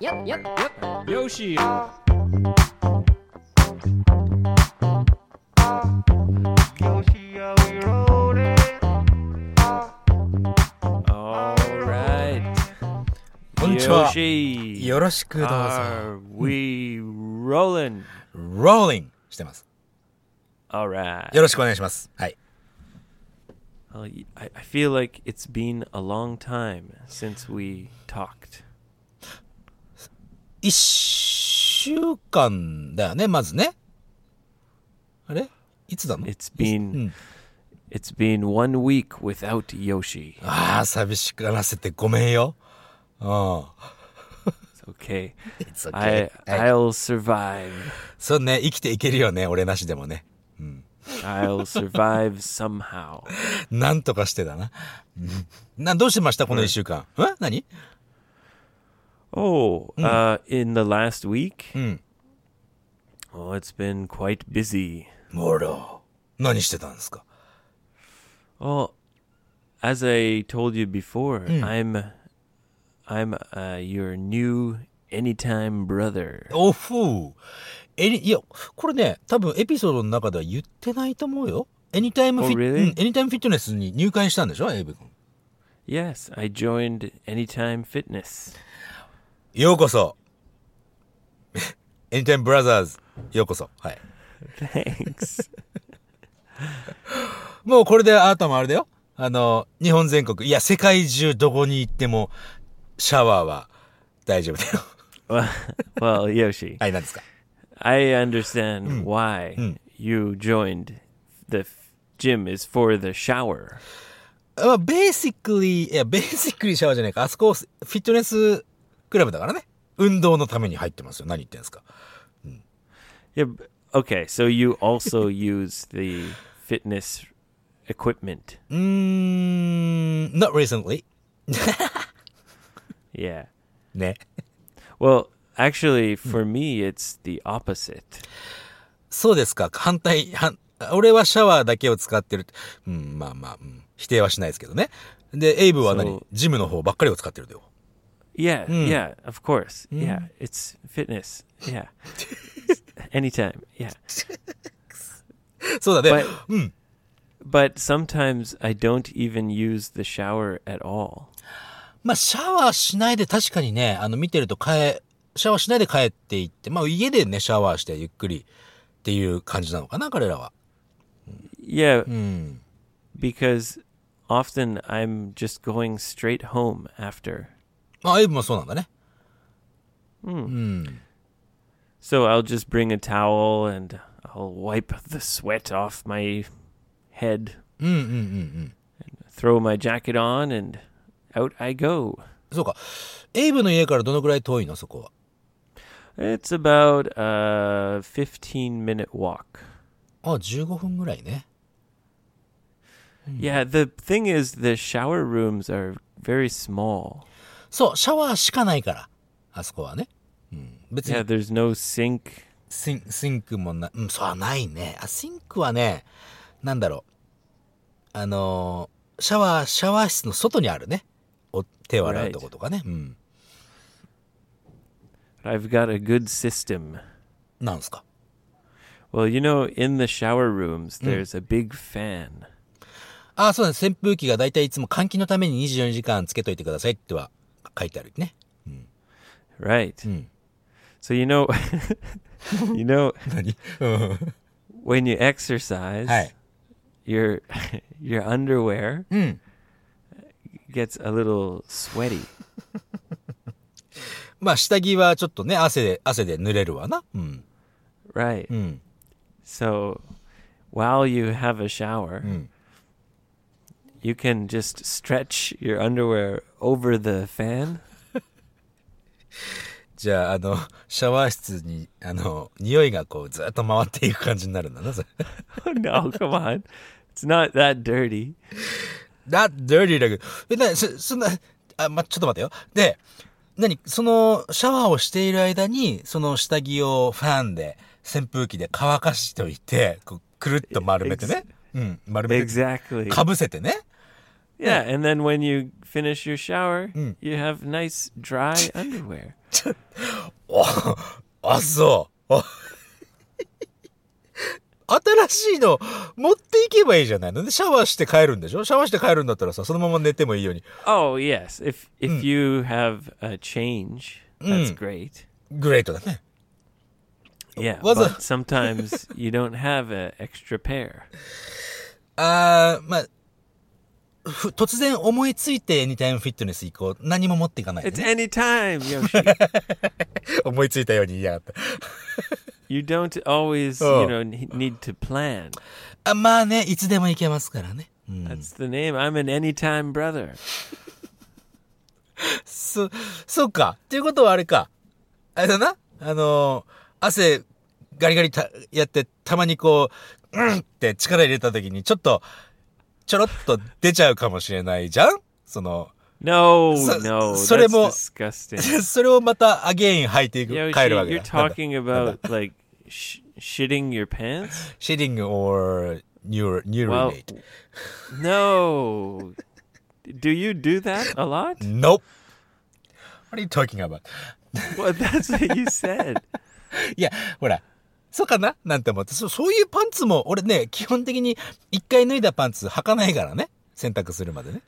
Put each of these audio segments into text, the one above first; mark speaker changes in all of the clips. Speaker 1: Yep, yep.
Speaker 2: Yoshi. All right.
Speaker 3: こんにちは。
Speaker 2: Yoshi.
Speaker 3: よろしくどうぞ。
Speaker 2: Are we rolling?
Speaker 3: Rolling してます。
Speaker 2: All right.
Speaker 3: よろしくお願いします。はい。
Speaker 2: Well, y- I, I feel like it's been a long time since we talked.
Speaker 3: 一週間だよね、まずね。あれいつだの
Speaker 2: It's
Speaker 3: う
Speaker 2: been
Speaker 3: ん
Speaker 2: it's been one week without Yoshi.
Speaker 3: ああ、寂しくらせてごめんよ。うん。
Speaker 2: It's okay.
Speaker 3: It's
Speaker 2: I
Speaker 3: okay. はい
Speaker 2: I'll survive.
Speaker 3: そうね、生きていけるよね、俺なしでもね。
Speaker 2: I'll survive somehow.
Speaker 3: なんとかしてだな。うんな、どうしてましたこの一週間。え何
Speaker 2: Oh, uh, in the last week,
Speaker 3: うん。
Speaker 2: oh, it's been quite busy.
Speaker 3: もろ。何してたんですか
Speaker 2: Oh, as I told you before, I'm I'm uh, your new anytime brother.
Speaker 3: おふう。えに、いや、これね、多分エピソードの中では言ってないと思うよ。エニタイムフィ
Speaker 2: Oh,
Speaker 3: ッ、
Speaker 2: really?
Speaker 3: うんエニタイムフィットネスに入会したんでしょエイブ君。
Speaker 2: Yes, I joined Anytime Fitness.
Speaker 3: ようこそ。 エニタイムブラザーズ、ようこそ。はい。
Speaker 2: Thanks.
Speaker 3: もうこれであなたもあれだよ。あの、日本全国、いや、世界中どこに行っても、シャワーは大丈夫だよ。
Speaker 2: well, well, Yoshi,
Speaker 3: はい、何ですか
Speaker 2: I understand why you joined the f- gym is for the shower.
Speaker 3: まあ、ベーシックリー、いや、ベーシックリーシャワーじゃないか。あそこ、フィットネスクラブだからね。運動のために入ってますよ。何言ってんですか
Speaker 2: Yeah. b- Okay, so you also use the fitness equipment.
Speaker 3: うーん、not recently.
Speaker 2: Yeah.
Speaker 3: ね。
Speaker 2: Well, actually, for me, it's the opposite.
Speaker 3: そうですか。反対、反、俺はシャワーだけを使ってる。うん、まあまあ、うん否定はしないですけどね。で、エイブは
Speaker 2: そ
Speaker 3: 何
Speaker 2: う
Speaker 3: ジムの方ばっかりを使ってるだよ。
Speaker 2: Yeah, yeah, of course. Yeah, it's fitness. Yeah. Anytime. Yeah.
Speaker 3: そうだね
Speaker 2: But-。
Speaker 3: うん。
Speaker 2: But sometimes I don't even use the shower at all.
Speaker 3: まあ、シャワーしないで確かにね、あの、見てると帰、シャワーしないで帰っていって、まあ、家でね、シャワーしてゆっくりっていう感じなのかな、彼らは。
Speaker 2: Yeah,
Speaker 3: うん。
Speaker 2: because often I'm just going straight home after.
Speaker 3: まあ、エイブもそうなんだね。
Speaker 2: So I'll just bring a towel and I'll wipe the sweat off my head. Mm, mm, mm, And throw my jacket on and out I go.
Speaker 3: そうか。エイブの家からどのくらい遠いの、そこは。
Speaker 2: It's about a 15 minute walk.
Speaker 3: あ、15分ぐらいね。
Speaker 2: Yeah, the thing is, the shower rooms are very small.
Speaker 3: そう、シャワーしかないから。あそこはね。うん。別に
Speaker 2: Yeah, there's no sink.
Speaker 3: シンシンクもな、うん、そうはないね。あ、シンクはね、なんだろう。あのーシャワー、シャワー室の外にあるね。お手を洗うとことかね。うん。
Speaker 2: I've got a good system.
Speaker 3: なんですか。
Speaker 2: Well, you know, in the shower rooms, there's a big fan.
Speaker 3: あ、そうだね。扇風機がだいたいいつも換気のために24時間つけといてくださいっては書いてあるね。
Speaker 2: Right. So you know, you know,
Speaker 3: 何うん。
Speaker 2: when you exercise,
Speaker 3: はい。
Speaker 2: your your underwear
Speaker 3: Mm.
Speaker 2: gets a little sweaty.
Speaker 3: まあ、下着はちょっとね、汗で、汗で濡れるわな。うん。
Speaker 2: Right.
Speaker 3: うん。
Speaker 2: So while you have a shower,
Speaker 3: Mm.
Speaker 2: you can just stretch your underwear over the fan.
Speaker 3: じゃあ、あの、 シャワー室に、あの、匂いがこう、ずっと回っていく感じになるんだな、それ。
Speaker 2: Oh, no, come on. It's not that dirty.
Speaker 3: That dirty like え、な、そ、そんな、あ、ま、ちょっと待ってよ。で、何その、シャワーをしている間に、その下着をファンで、扇風機で乾かしといて、こう、くるっと丸めてね。うん、丸めて。
Speaker 2: Exactly.
Speaker 3: かぶせてね。
Speaker 2: Yeah, and then when you finish your shower,
Speaker 3: Mm.
Speaker 2: you have nice dry underwear.
Speaker 3: あ、そう。あ新しいの持っていけばいいじゃないので、シャワーして帰るんでしょシャワーして帰るんだったらさ、そのまま寝てもいいように。
Speaker 2: Oh yes, if if you have a change, that's
Speaker 3: Mm. Uh,
Speaker 2: great.
Speaker 3: グレートだね。
Speaker 2: Yeah,
Speaker 3: Was
Speaker 2: but
Speaker 3: it-
Speaker 2: sometimes you don't have an extra pair.
Speaker 3: あー、まあ、ふ突然思いついてエニタイムフィットネス行こう。何も持っていかないで
Speaker 2: It's
Speaker 3: ね、
Speaker 2: any time, Yoshi.
Speaker 3: 思いついたように言いやがった。
Speaker 2: you don't always,
Speaker 3: Oh.
Speaker 2: you know, n- need to plan.
Speaker 3: あまあね、いつでも行けますからね。うん、
Speaker 2: That's the name. I'm an anytime brother.
Speaker 3: そ、そうか。っていうことはあれか。あれだな。あのー汗、ガリガリた、やって、たまにこう、うんって力入れた時に、ちょっと、ちょろっと出ちゃうかもしれないじゃんそ の、
Speaker 2: No,
Speaker 3: So-
Speaker 2: no, that's
Speaker 3: so demo-
Speaker 2: disgusting.
Speaker 3: それをまた、アゲイン履いていく、
Speaker 2: Yoshi,
Speaker 3: 帰るわけだ。
Speaker 2: you're
Speaker 3: なんだ
Speaker 2: talking about like sh- shitting your pants?
Speaker 3: shitting or neuro,
Speaker 2: Well,
Speaker 3: neuronate.
Speaker 2: no. Do you do that a lot?
Speaker 3: Nope. What are you talking about?
Speaker 2: Well, that's what you said.
Speaker 3: いや、ほら、そうかななんて思って。そう、そういうパンツも、俺ね、基本的に一回脱いだパンツ履かないからね。洗濯するまでね。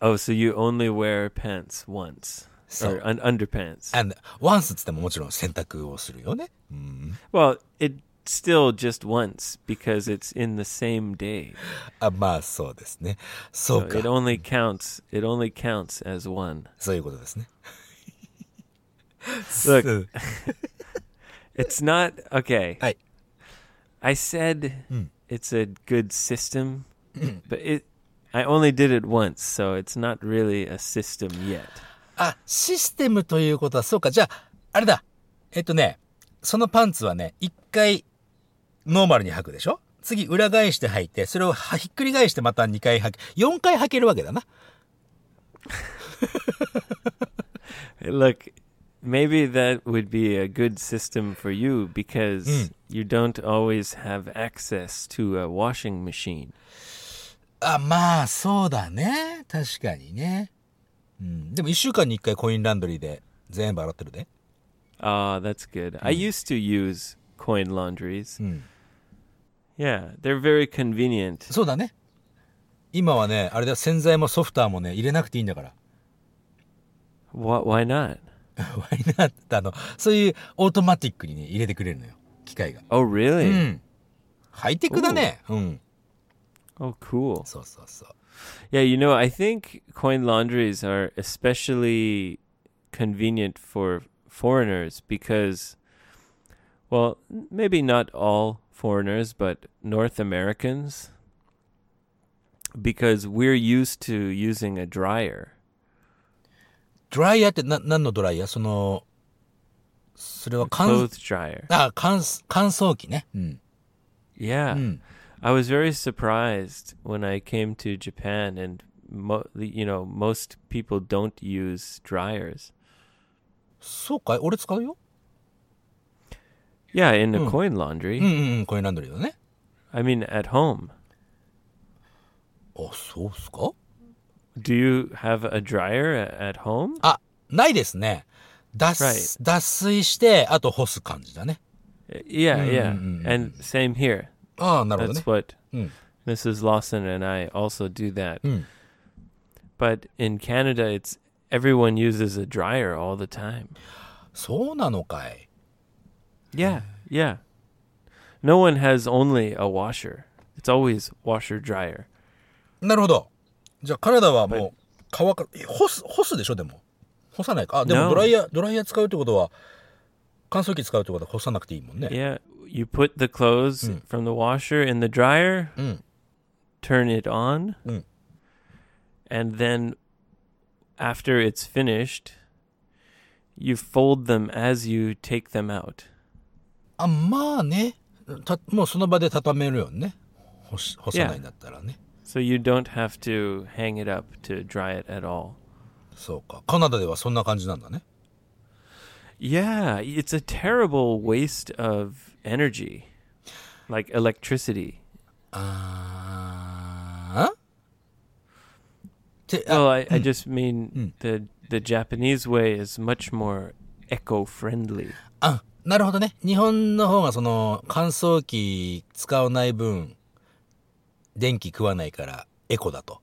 Speaker 2: Oh, so you only wear pants once.
Speaker 3: So-
Speaker 2: or un- underpants.
Speaker 3: And, once つってももちろん洗濯をするよね。うん。
Speaker 2: well, it still just once because it's in the same day.
Speaker 3: あ、まあ、そうですね。そ
Speaker 2: So
Speaker 3: う
Speaker 2: it
Speaker 3: か。
Speaker 2: only counts. It only counts as one.
Speaker 3: そういうことですね。う
Speaker 2: Look,
Speaker 3: ん
Speaker 2: it's not okay.
Speaker 3: はい。
Speaker 2: I said it's a good system, but it. I only did it once, so it's not really a system yet.
Speaker 3: あ、システムということは、そうか。じゃあ、あれだ。えっとね、そのパンツはね、一回、ノーマルに履くでしょ次、裏返して履いて、それをはひっくり返してまた二回履く。四回履けるわけだな。
Speaker 2: Look, maybe that would be a good system for you because you don't always have access to a washing machine.
Speaker 3: あ、まあ、そうだね。確かにね。うん。でも、一週間に一回コインランドリーで全部洗ってるで。
Speaker 2: Ah, that's good. I used to use coin laundries.
Speaker 3: Mm.
Speaker 2: Yeah, they're very convenient.
Speaker 3: そうだね。今はね、あれだ、洗剤もソフターもね、入れなくていいんだから。
Speaker 2: Why, why not?
Speaker 3: ワイナーってあの、そういうオートマティックにね、入れてくれるのよ。機械が。
Speaker 2: Oh, really?
Speaker 3: うん。ハイテクだね。うん。
Speaker 2: Oh, cool.
Speaker 3: そうそうそう。
Speaker 2: Yeah, you know, I think coin laundries are especially convenient for foreigners because, well, n- maybe not all foreigners, but North Americans, because we're used to using a dryer.
Speaker 3: ドライヤーってな、何のドライヤーその、それは乾、
Speaker 2: Clothes dryer.
Speaker 3: あ、乾、乾燥機ね。うん。
Speaker 2: Yeah.
Speaker 3: うん。
Speaker 2: I was very surprised when I came to Japan, and mo- you know most people don't use dryers.
Speaker 3: そうかい俺使うよ。
Speaker 2: Yeah, in a
Speaker 3: Hmm.
Speaker 2: coin laundry.
Speaker 3: うんうんうん、コインランドリーだね。
Speaker 2: I mean, at home.
Speaker 3: あ、そうっすか
Speaker 2: Do you have a dryer a- at home?
Speaker 3: あ、ないですね。脱水、
Speaker 2: Right.
Speaker 3: 脱水して、あと干す感じだね。
Speaker 2: Uh, Yeah, yeah.
Speaker 3: Mm, mm, mm,
Speaker 2: And same here.
Speaker 3: ああ、なるほどね
Speaker 2: That's。what
Speaker 3: Mm.
Speaker 2: Mrs. Lawson and I also do that.
Speaker 3: Mm.
Speaker 2: But in Canada, it's everyone uses a dryer all the time.
Speaker 3: そうなのかい。
Speaker 2: Yeah, yeah. No one has only a washer. It's always washer dryer.
Speaker 3: なるほど。じゃあ、カナダはもう、乾か、え干す、干すでしょ、でも。干さないか。あ、でも
Speaker 2: No.
Speaker 3: ドライヤー、ドライヤー使うってことは、乾燥機使うってことは干さなくていいもんね。
Speaker 2: Yeah, you put the clothes from the washer in the dryer,
Speaker 3: Mm.
Speaker 2: turn it on,
Speaker 3: Mm.
Speaker 2: and then after it's finished, you fold them as you take them out.
Speaker 3: あ、まあね。た、もうその場で畳めるよね。干し、干さないんだったらね。
Speaker 2: So you don't have to hang it up to dry it at all.
Speaker 3: そうか。カナダではそんな感じなんだね。
Speaker 2: Yeah, it's a terrible waste of energy, like electricity.
Speaker 3: あーて、あ
Speaker 2: Well, I, I just
Speaker 3: Mm.
Speaker 2: mean the the Japanese way is much more eco friendly.
Speaker 3: あ、なるほどね。日本の方がその乾燥機使わない分、電気食わないからエコだと。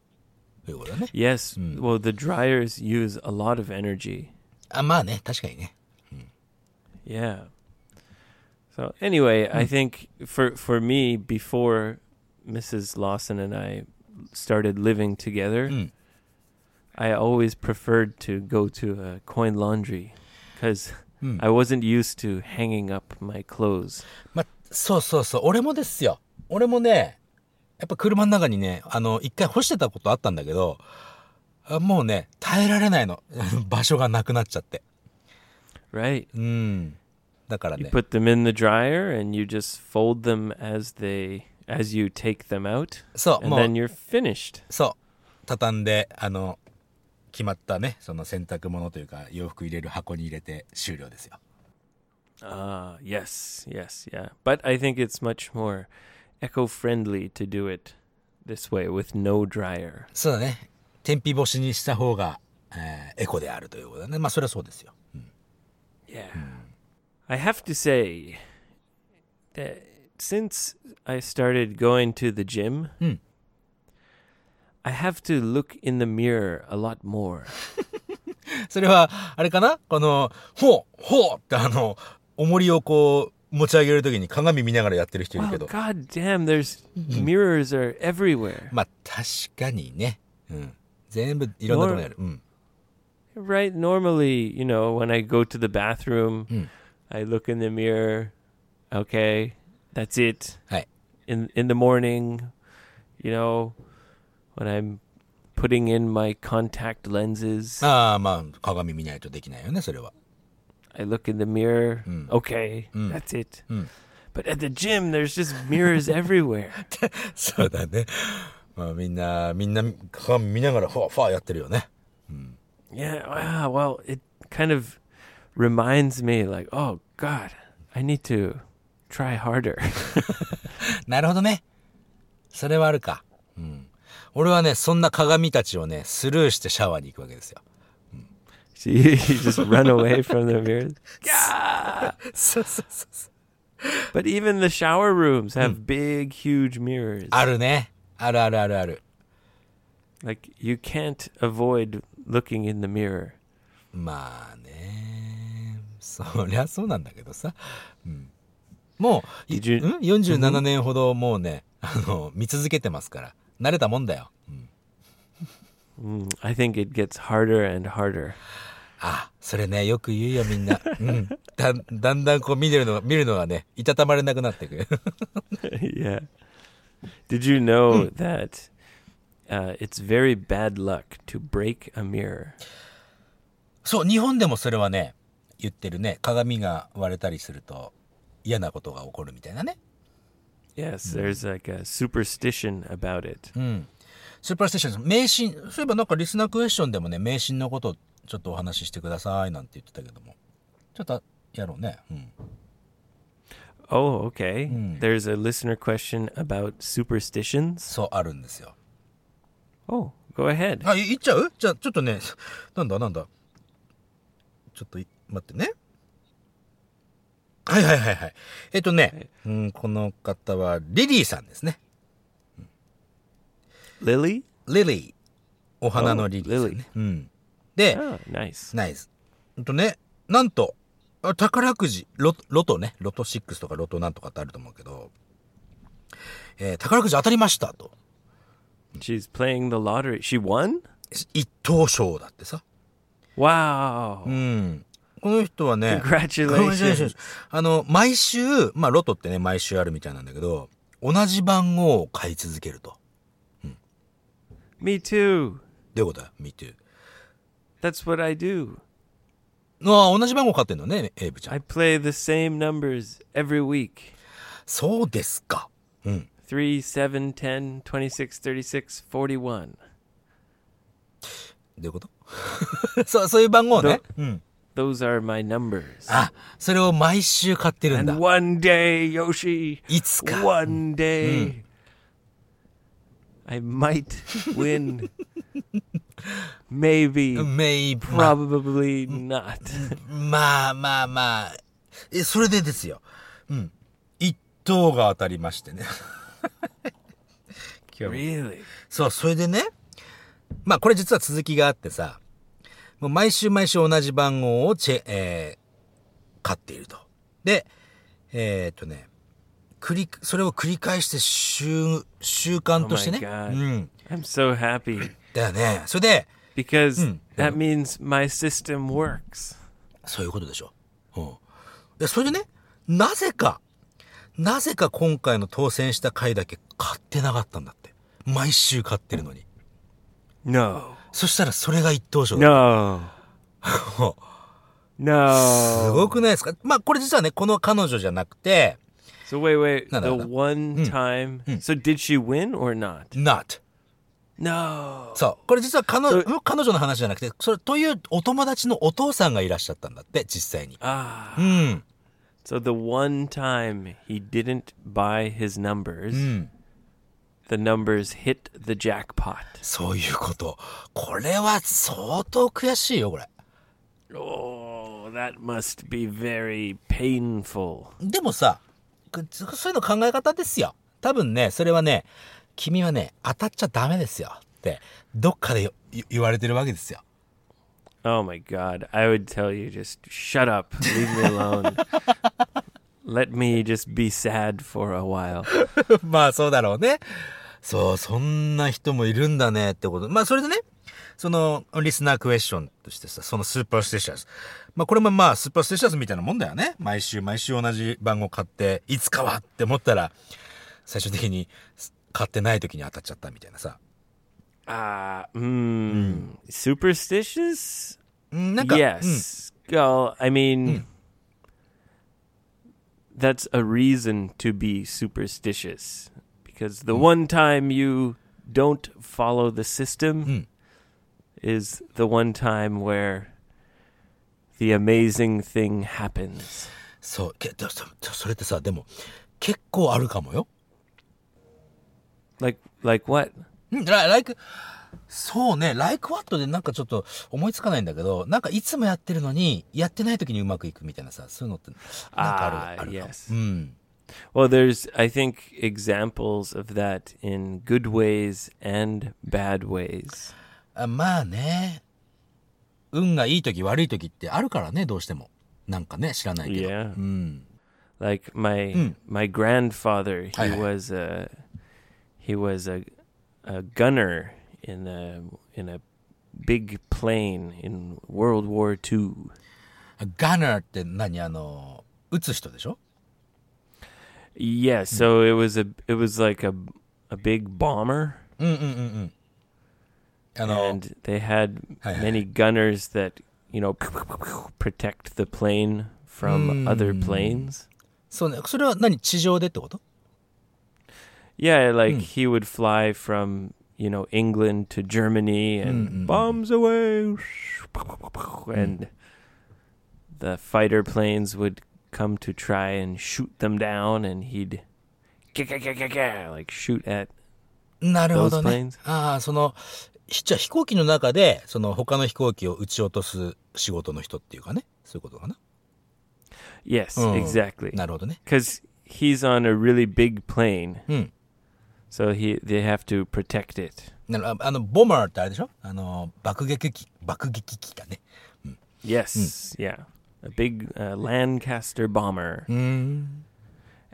Speaker 3: ということだね。
Speaker 2: Yes, well, the dryers use a lot of energy.
Speaker 3: あ、まあね、確かにね。
Speaker 2: Yeah. So anyway, I think for for me before Mrs. Lawson and I started living together, I always preferred to go to a coin laundry cuz I wasn't used to hanging up my clothes.
Speaker 3: ま、そうそうそう。俺もですよ。俺もね、やっぱ車の中にね、あの、一回干してたことあったんだけど、あもうね、耐えられないの。 場所がなくなっちゃって。
Speaker 2: Right?
Speaker 3: うん。だから
Speaker 2: You
Speaker 3: ね。
Speaker 2: put them in the dryer and you just fold them as they as you take them out
Speaker 3: そう、
Speaker 2: and
Speaker 3: もう
Speaker 2: then you're finished.
Speaker 3: そう。畳んで、あの、決まったね、その洗濯物というか、洋服入れる箱に入れて終了ですよ。
Speaker 2: Ah, yes, yes, yeah. But I think it's much more eco friendly to do it this way with no dryer.
Speaker 3: そうだね。天日干しにした方が、えーエコであるということだね。まあ、それはそうですよ。
Speaker 2: Yeah. Hmm. I have to say that since I started going to the gym,
Speaker 3: Hmm.
Speaker 2: I have to look in the mirror a lot more.
Speaker 3: それは、あれかなこの、ほうほうってあの、重りをこう、持ち上げるときに鏡見ながらやってる人いる
Speaker 2: Well,
Speaker 3: けど。
Speaker 2: god damn, there's mirrors are everywhere.
Speaker 3: まあ、確かにね。うん。全部、いろんなところにある。うん。
Speaker 2: Right. Normally, you know, when I go to the bathroom,
Speaker 3: Mm.
Speaker 2: I look in the mirror. Okay, that's it.
Speaker 3: はい。
Speaker 2: In in the morning, you know, when I'm putting in my contact lenses,
Speaker 3: ああ、まあ、鏡見ないとできないよね、それは。
Speaker 2: I look in the mirror. Okay, that's it. But at the gym, there's just mirrors everywhere.
Speaker 3: そうだね。 まあ、みんな、みんな、鏡見ながら、ファーファーやってるよね。
Speaker 2: Yeah. Wow. Well, it kind of reminds me, like, oh God, I need to try harder.
Speaker 3: なるほどね。それはあるか。うん。俺はね、そんな鏡たちをね、スルーしてシャワーに行くわけですよ。
Speaker 2: So you, you just run away from the mirrors.
Speaker 3: そうそうそうそう。
Speaker 2: But even the shower rooms have big, huge mirrors.
Speaker 3: あるね。あるあるあるある。
Speaker 2: Like you can't avoid looking in the mirror.
Speaker 3: まあね。そりゃそうなんだけどさ。うん。もう、い
Speaker 2: 20
Speaker 3: うん、47年ほどもうね、あの、見続けてますから。慣れたもんだよ。
Speaker 2: Mm, I think it gets harder and harder.
Speaker 3: あ、それね、よく言うよ、みんな。うん。だん、だんだんこう見てるのが、見るのがね、いたたまれなくなってくる。
Speaker 2: yeah. Did you know that uh, it's very bad luck to break a mirror?
Speaker 3: そう、日本でもそれはね、言ってるね。鏡が割れたりすると嫌なことが起こるみたいなね。
Speaker 2: Yes, there's like a superstition about it.
Speaker 3: スーパーステーション、迷信、そういえばなんかリスナークエスチョンでもね、迷信のことをちょっとお話ししてくださいなんて言ってたけども。ちょっとやろうね。うん。
Speaker 2: Oh, okay. There's a listener question about superstitions.
Speaker 3: そう、あるんですよ。
Speaker 2: Oh, go ahead.
Speaker 3: あ、いいっちゃうじゃあ、ちょっとね、 なんだなんだ。ちょっとい、待ってね。はいはいはいはい。えっとね、うん、この方は、リリーさんですね。
Speaker 2: Lily?
Speaker 3: リリー。お花
Speaker 2: Oh,
Speaker 3: のリリーさん
Speaker 2: Lily.
Speaker 3: ね。うん。で、
Speaker 2: Oh, nice.
Speaker 3: ナイス。ほんとね、なんと、あ宝くじ、ロトロトね、ロト6とかロトなんとかってあると思うけど、えー宝くじ当たりましたと。
Speaker 2: She's playing the lottery. She won?
Speaker 3: 一等賞だってさ。
Speaker 2: Wow.
Speaker 3: うん。この人はね、
Speaker 2: Congratulations.
Speaker 3: あの、毎週、まあ、ロトってね、毎週あるみたいなんだけど、同じ番号を買い続けると。
Speaker 2: Me too.
Speaker 3: どういうことだ ?Me too.
Speaker 2: That's what I do.
Speaker 3: ああ、同じ番号買ってんのね、エイブちゃ
Speaker 2: I
Speaker 3: ん。
Speaker 2: play the same numbers every week
Speaker 3: そうですか。うん。
Speaker 2: 3, 7, 10, 26, 36, 41.
Speaker 3: どういうこと そう、そういう番号ね。うん。
Speaker 2: Those are my numbers.
Speaker 3: あ、それを毎週買ってるんだ
Speaker 2: And。one uh, day, Yoshi,
Speaker 3: いつか。
Speaker 2: one Mm. day, I might win Maybe.
Speaker 3: maybe.
Speaker 2: Probably not.
Speaker 3: まあまあまあ。え、それでですよ。うん。一等が当たりましてね。 今日
Speaker 2: really?
Speaker 3: そう、それでね。まあこれ実は続きがあってさ、もう毎週毎週同じ番号をチェ、えー、買っていると。で、えー、っとね、繰り、それを繰り返して習、習慣としてね。
Speaker 2: Oh
Speaker 3: う
Speaker 2: my God
Speaker 3: ん。
Speaker 2: I'm so happy
Speaker 3: だよね。それで、
Speaker 2: because
Speaker 3: Mm.
Speaker 2: that means my system works.
Speaker 3: そういうことでしょ。うん。で、それでね、なぜか、なぜか今回の当選した回だけ買ってなかったんだって。毎週買ってるのに。
Speaker 2: No.
Speaker 3: そしたらそれが一等
Speaker 2: Oh.
Speaker 3: 賞だ
Speaker 2: No. no.
Speaker 3: すごくないですかまあこれ実はね、この彼女じゃなくて、
Speaker 2: So wait, wait.
Speaker 3: No, no,
Speaker 2: the
Speaker 3: no. Hmm.
Speaker 2: one time. So did she win or not?
Speaker 3: not.
Speaker 2: No.
Speaker 3: そう。これ実は彼
Speaker 2: そ
Speaker 3: 女
Speaker 2: れ、
Speaker 3: もう彼女の話じゃなくて、それ、というお友達のお父さんがいらっしゃったんだって、実際に。
Speaker 2: Ah.
Speaker 3: うん。
Speaker 2: So the one time he didn't buy his numbers,
Speaker 3: Hmm.
Speaker 2: the numbers hit the jackpot.
Speaker 3: そういうこと。これは相当悔しいよ、これ。
Speaker 2: Oh, that must be very painful.
Speaker 3: でもさ、くそそういうの考え方ですよ。多分ね、それはね、君はね、当たっちゃダメですよって、どっかでよい言われてるわけですよ。
Speaker 2: Oh my god. I would tell you just shut up. Leave me alone. Let me just be sad for a while.
Speaker 3: まあそうだろうね。そう、そんな人もいるんだねってこと。まあそれでね、その、リスナークエスチョンとしてさ、そのスーパーステーシャス。まあこれもまあスーパーステーシャスみたいなもんだよね。毎週毎週同じ番号買って、いつかはって思ったら、最終的に買ってない時に当たっちゃったみたいなさ。
Speaker 2: Ah, mm, superstitious?
Speaker 3: うんなんか、うん
Speaker 2: yes. Well, I mean, that's a reason to be superstitious because the one time you don't follow the system is the one time where the amazing thing happens.
Speaker 3: そう、けどそそれってさ、でも、結構あるかもよ。
Speaker 2: Like, like what?
Speaker 3: うん、ラライク、そうね、ライクワットでなんかちょっと思いつかないんだけど、なんかいつもやってるのに、やってない時にうまくいくみたいなさ、そういうのって、なんかある、
Speaker 2: Ah,
Speaker 3: あるかも
Speaker 2: yes.
Speaker 3: うん。
Speaker 2: Well, there's, I think, examples of that in good ways and bad ways.
Speaker 3: あまあね、運がいい時悪い時ってあるからね、どうしても。なんかね、知らないけど。
Speaker 2: Yeah.
Speaker 3: うん。
Speaker 2: like my my grandfather he
Speaker 3: Aye, aye.
Speaker 2: was a he was a a gunner in a in a big plane in World War II.
Speaker 3: ガナーって何あの、打つ人でしょ
Speaker 2: Yeah, so it was a it was like a a big bomber
Speaker 3: うんうんうんうん。あの、
Speaker 2: and they had
Speaker 3: Aye, aye,
Speaker 2: many gunners that, you know, protect the plane from other planes.
Speaker 3: そうね、それは何地上でってこと
Speaker 2: Yeah, like he would fly from you know England to Germany and bombs away, and the fighter planes would come to try and shoot them down, and he'd like shoot at
Speaker 3: なるほど
Speaker 2: Those
Speaker 3: ね
Speaker 2: planes.。
Speaker 3: ああ、その、ひじゃあ飛行機の中で、その他の飛行機を撃ち落とす仕事の人っていうかね。そういうことかな。
Speaker 2: yes,
Speaker 3: Oh.
Speaker 2: exactly,
Speaker 3: なるほどね。
Speaker 2: because he's on a really big plane,
Speaker 3: Hmm.
Speaker 2: so he they have to protect it.
Speaker 3: なるああの、ボマーってあれでしょあの、爆撃機、爆撃機だね。
Speaker 2: Yes, Hmm. yeah, a big uh, Lancaster bomber.
Speaker 3: うー
Speaker 2: Hmm.
Speaker 3: ん。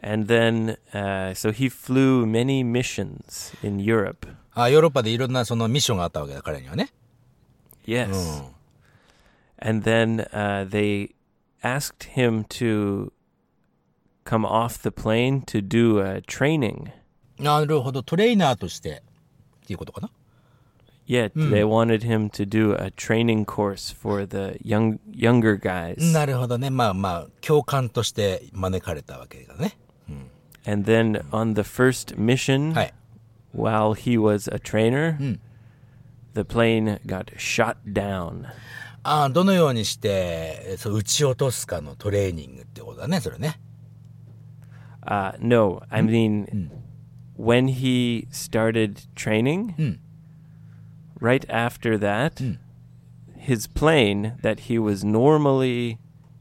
Speaker 2: And then, uh, so he flew many missions in Europe.
Speaker 3: ああヨーロッパでいろんなそのミッションがあったわけだ、彼にはね。
Speaker 2: Yes.
Speaker 3: Oh.
Speaker 2: And then uh, they asked him to come off the plane to do uh, training.
Speaker 3: なるほど。トレーナーとして、っていうことかな。
Speaker 2: Yet they wanted him to do a training course for the young younger guys.
Speaker 3: なるほどね。まあまあ、教官として招かれたわけだね。
Speaker 2: And then on the first mission,
Speaker 3: はい。
Speaker 2: while he was a trainer, the plane got shot down.
Speaker 3: ああ、どのようにして、えそう、撃ち落とすかのトレーニングってことだね、それね。
Speaker 2: Uh, no, I mean, when he started training, right after that, his plane that he was normally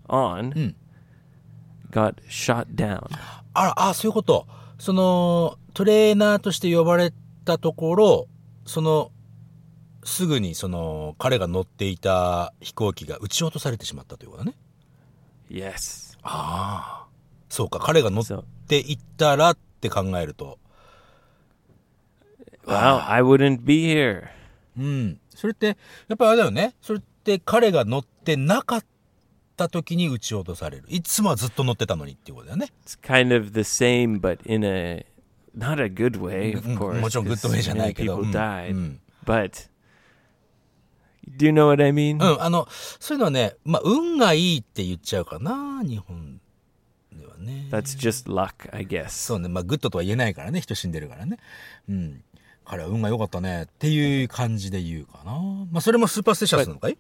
Speaker 2: on got shot down.
Speaker 3: あら、あ、そういうこと。その、トレーナーとして呼ばれたところ、その、すぐにその、彼が乗っていた飛行機が撃ち落とされてしまったということだね。
Speaker 2: Yes.
Speaker 3: そうか、彼が乗っていったらって考えると。
Speaker 2: Well, I wouldn't be here.
Speaker 3: うん。それって、やっぱりあれだよね。それって彼が乗ってなかった時に撃ち落とされる。いつもはずっと乗ってたのにっていうことだよね。
Speaker 2: It's kind of the same, but in a not a good way, of
Speaker 3: うん
Speaker 2: course.
Speaker 3: もちろんグッ
Speaker 2: because
Speaker 3: ドウェイじゃな
Speaker 2: many
Speaker 3: いけど。
Speaker 2: people
Speaker 3: うん
Speaker 2: died,
Speaker 3: うん
Speaker 2: but do you know what I mean?
Speaker 3: うん、あの、そういうのはね、まあ、運がいいって言っちゃうかな、日本ではね。
Speaker 2: That's just luck, I guess.
Speaker 3: そうね、まあ、グッドとは言えないからね、人死んでるからね。うん。彼は運が良かったねっていう感じで言うかな。まあ、それもスーパーステーシャスなのかい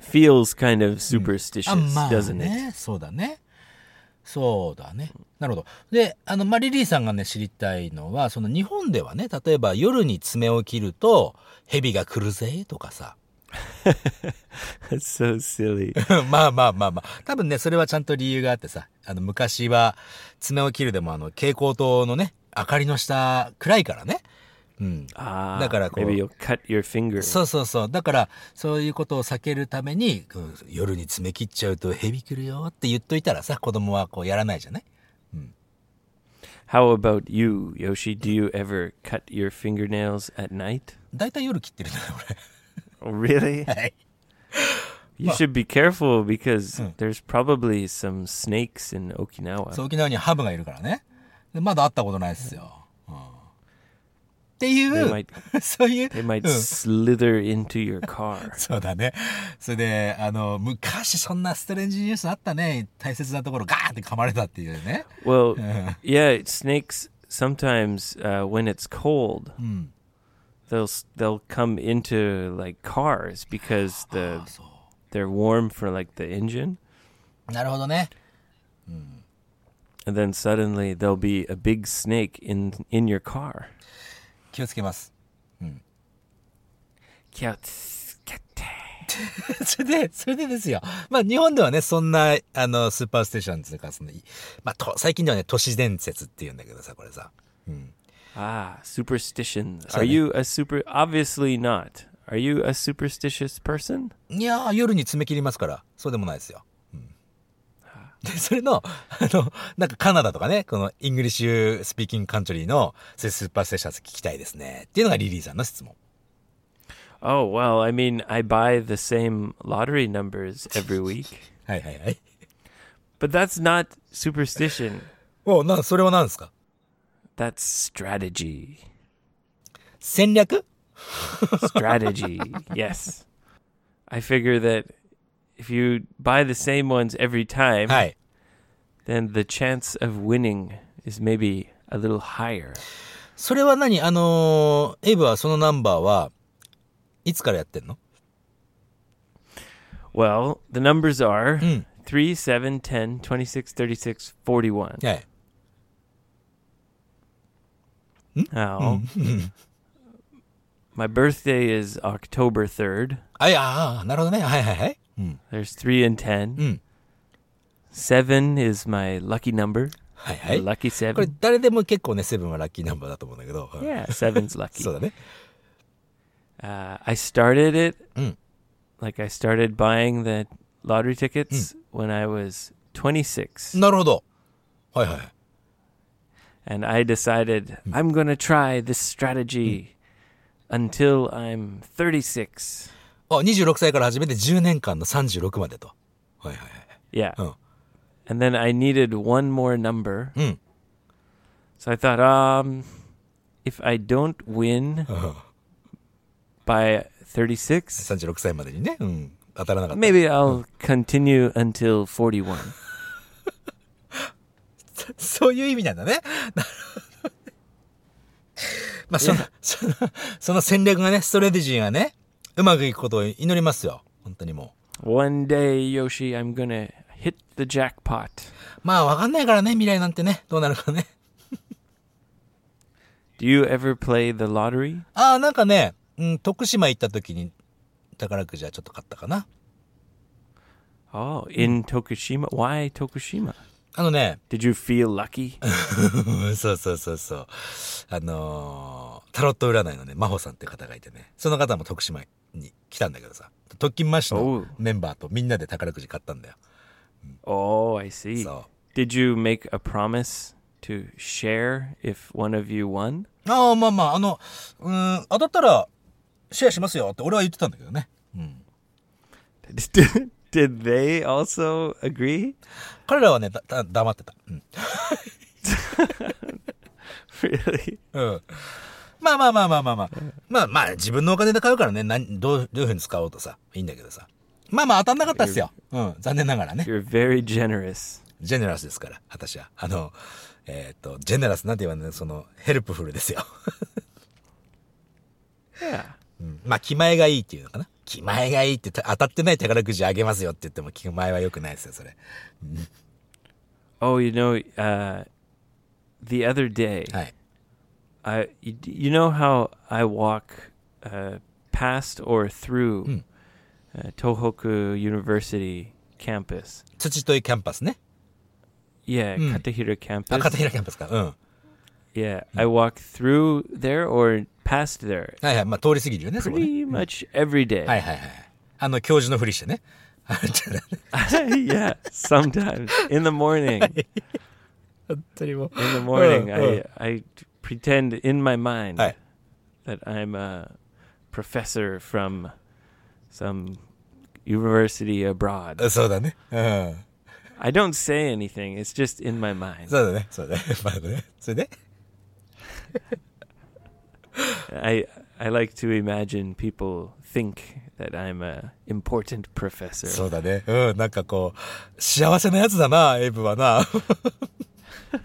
Speaker 2: Feels kind of superstitious,
Speaker 3: あ、まあ
Speaker 2: doesn't it?
Speaker 3: ね、そうだね。そうだね。なるほど。で、あの、まあ、リリーさんがね、知りたいのは、その日本ではね、例えば夜に爪を切ると、蛇が来るぜとかさ。
Speaker 2: That's so silly.
Speaker 3: まあまあまあまあ。多分ね、それはちゃんと理由があってさ、あの、昔は、爪を切るでも、あの、蛍光灯のね、明かりの下、暗いからね。うん。
Speaker 2: Ah,
Speaker 3: だからこう、
Speaker 2: maybe you'll cut your finger.
Speaker 3: そうそうそう。だから、そういうことを避けるために、うん夜に爪切っちゃうと蛇来るよって言っといたらさ、子供はこうやらないじゃない
Speaker 2: How about you, Yoshi? Do you ever cut your fingernails at night?
Speaker 3: 大体夜切ってるんだよ、
Speaker 2: Oh, Really?
Speaker 3: 俺。はい。
Speaker 2: You should be careful because there's probably some snakes in Okinawa.
Speaker 3: そう、沖縄にはハブがいるからね。でまだ会ったことないっすよ。うん。っていう
Speaker 2: They、
Speaker 3: そういう。
Speaker 2: They might
Speaker 3: うん
Speaker 2: slither into your car.
Speaker 3: そうだね。それで、あの、昔そんなストレンジニュースあったね。大切なところガーンって噛まれたっていうね。
Speaker 2: Well, yeah, snakes sometimes uh, when it's cold, they'll s- they'll come into like cars because the they're warm for like the engine,
Speaker 3: なるほどね。
Speaker 2: and then suddenly there'll be a big snake in in your car.
Speaker 3: 気をつけます。 それで、それでですよ。まあ日本ではね、そんな、あの、スーパーステーションとか、その、いまあと、最近ではね、都市伝説っていうんだけどさ、これさ。
Speaker 2: Ah, superstitions.
Speaker 3: So-
Speaker 2: Are you a super? Obviously not. Are you a superstitious person?
Speaker 3: いやー、夜に爪切りますから、そうでもないですよ。うん、で、それの、あの、なんかカナダとかね、この、イングリッシュスピーキングカントリーの、そういうスーパーステーション聞きたいですね。っていうのがリリーさんの質問。
Speaker 2: Oh well, I mean, I buy the same lottery numbers every week.
Speaker 3: はいはいはい。
Speaker 2: But that's not superstition.
Speaker 3: おな、それは何ですか
Speaker 2: That's strategy.
Speaker 3: 戦略
Speaker 2: Strategy. yes. I figure that if you buy the same ones every time,
Speaker 3: はい。
Speaker 2: then the chance of winning is maybe a little higher.
Speaker 3: それは何あのーエイブはそのナンバーは、いつからやってんの
Speaker 2: Well, the numbers are 3, 7, 10, 26, 36, 41.
Speaker 3: はい。
Speaker 2: Now, my birthday is October 3rd.
Speaker 3: あ、いや、あーなるほどね。はいはいはい。
Speaker 2: There's 3 and 10. 7 is my lucky number.
Speaker 3: はいは
Speaker 2: The
Speaker 3: い。
Speaker 2: Lucky
Speaker 3: これ
Speaker 2: 7.
Speaker 3: 誰でも結構ね、セブンはラッキーナンバーだと思うんだけど。うん
Speaker 2: Yeah, 7's lucky.
Speaker 3: そうだね。
Speaker 2: Uh, I started it like I started buying the lottery tickets when I was 26,
Speaker 3: なるほど。はいはい。
Speaker 2: and I decided I'm gonna try this strategy until I'm 36.
Speaker 3: あ、26歳から始めて10年間の36までと。はいはいはい。
Speaker 2: Yeah,
Speaker 3: Oh.
Speaker 2: and then I needed one more number,
Speaker 3: Mm.
Speaker 2: so I thought, um, if I don't win
Speaker 3: Uh-huh.
Speaker 2: by 36,
Speaker 3: 36歳までにね。うん。当たらなかった。
Speaker 2: maybe I'll continue until 41.
Speaker 3: そういう意味なんだね。なるほどねまあ、その、その、その戦略がね、ストレテジーがね、うまくいくことを祈りますよ。本当にも
Speaker 2: One day, Yoshi, I'm gonna hit the jackpot.
Speaker 3: う。まあ、わかんないからね、未来なんてね、どうなるかね。
Speaker 2: Do you ever play the lottery?
Speaker 3: ああ、なんかね、うん、徳島行った時に宝くじはちょっと買ったかな。
Speaker 2: Oh,
Speaker 3: Hmm.
Speaker 2: in Tokushima. Why Tokushima?
Speaker 3: あのね、
Speaker 2: Did you feel lucky?
Speaker 3: そうそうそうそう。あのータロット占いのね、真帆さんって方がいてね、その方も徳島に来たんだけどさ、特勤マッシュ
Speaker 2: お
Speaker 3: の
Speaker 2: う
Speaker 3: メンバーとみんなで宝くじ買ったんだよ。
Speaker 2: Oh, I see.
Speaker 3: So-
Speaker 2: Did you make a promise to share if one of you won?
Speaker 3: ああ、まあまあ、あの、うーん、当たったらシェアしますよって俺は言ってたんだけどね。うん。
Speaker 2: Did- Did they also agree?
Speaker 3: 彼らはね、だ、だ黙ってた。うん。
Speaker 2: Really?
Speaker 3: うん。まあまあまあまあまあまあ。まあまあ、自分のお金で買うからね、なんどう、どういうふうに使おうとさ、いいんだけどさ。まあまあ当たんなかったっすよ。うん、残念ながらね。
Speaker 2: You're very generous.
Speaker 3: ジェネラスですから、私は。あの、えーっ、と、ジェネラスなんて言わないその、ヘルプフルですよ。
Speaker 2: Yeah.
Speaker 3: うんまあ、気前がいいっていうのかな。気前がいいって、た当たってない宝くじあげますよって言っても、気前は良くないですよ、それ。
Speaker 2: Oh, you know, uh, the other day,
Speaker 3: はい。
Speaker 2: I you, you know how I walk uh, past or through uh, Tohoku University campus.
Speaker 3: 土といキャンパスね。
Speaker 2: Yeah, Katahira
Speaker 3: あ、
Speaker 2: campus.
Speaker 3: 片平キャンパスか。うん。
Speaker 2: Yeah, I walk through there or past there
Speaker 3: はいはい。まあ、通り過ぎるよね、そこね。
Speaker 2: pretty much every day.
Speaker 3: はいはいはい。あの、教授のふりしてね。あちょっと
Speaker 2: yeah, sometimes in the morning.
Speaker 3: 本当にもう
Speaker 2: In the morning,
Speaker 3: Uh,
Speaker 2: I I pretend in my mind
Speaker 3: Hi.
Speaker 2: that I'm a professor from some university abroad.
Speaker 3: そうだね。うん。
Speaker 2: I don't say anything. It's just in my mind.
Speaker 3: そうだね。そうだね。 まあね。それで
Speaker 2: I I like to imagine people think that I'm a important
Speaker 3: そ
Speaker 2: professor.
Speaker 3: うだね。うん。なんかこう、幸せなやつだな、エイブは な。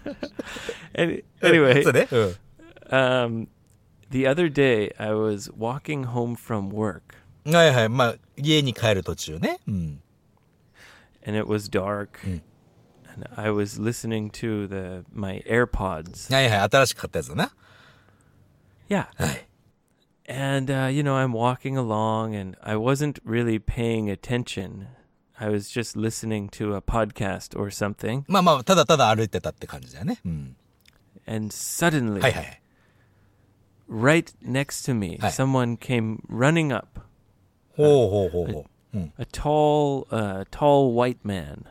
Speaker 2: Any, anyway,
Speaker 3: そうね。うん。
Speaker 2: um, the other day I was walking home from work
Speaker 3: はいはい。まあ、家に帰る途中ね。うん。
Speaker 2: and it was dark. And I was listening to the my AirPods.
Speaker 3: はいはい。新しく買ったやつだな。
Speaker 2: Yeah.
Speaker 3: はい。
Speaker 2: And, uh, you know, I'm walking along and I wasn't really paying attention. I was just listening to a podcast or something.
Speaker 3: まあまあ、ただただ歩いてたって感じだよね。うん。
Speaker 2: And suddenly,
Speaker 3: はいはいはい。
Speaker 2: right next to me,
Speaker 3: Hi.
Speaker 2: someone came running up.
Speaker 3: ほうほうほうほう。うん。
Speaker 2: A tall, uh, tall white man.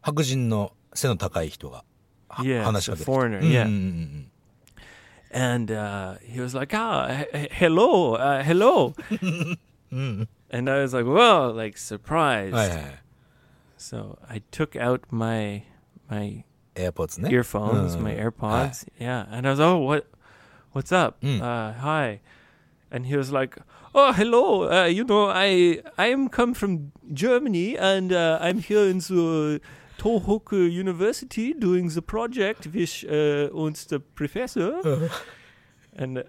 Speaker 3: 白人の背の高い人が。は
Speaker 2: Yeah,
Speaker 3: 話しかけ
Speaker 2: a
Speaker 3: てきた。
Speaker 2: foreigner.
Speaker 3: うんうんうん
Speaker 2: Yeah.
Speaker 3: うん。
Speaker 2: and uh, he was like, "Ah, he- he- hello, uh, hello," and I was like, "Whoa!" Like surprised.
Speaker 3: はいはいはい。
Speaker 2: So I took out my my
Speaker 3: エアポーツね。
Speaker 2: earphones,
Speaker 3: うん
Speaker 2: my AirPods, yeah, and I was, "Oh, what, what's up? Uh, hi," and he was like. Oh, hello. Uh, you know, I I am come from Germany, and uh, I'm here in the Tohoku University doing the project with uh, uns the professor. And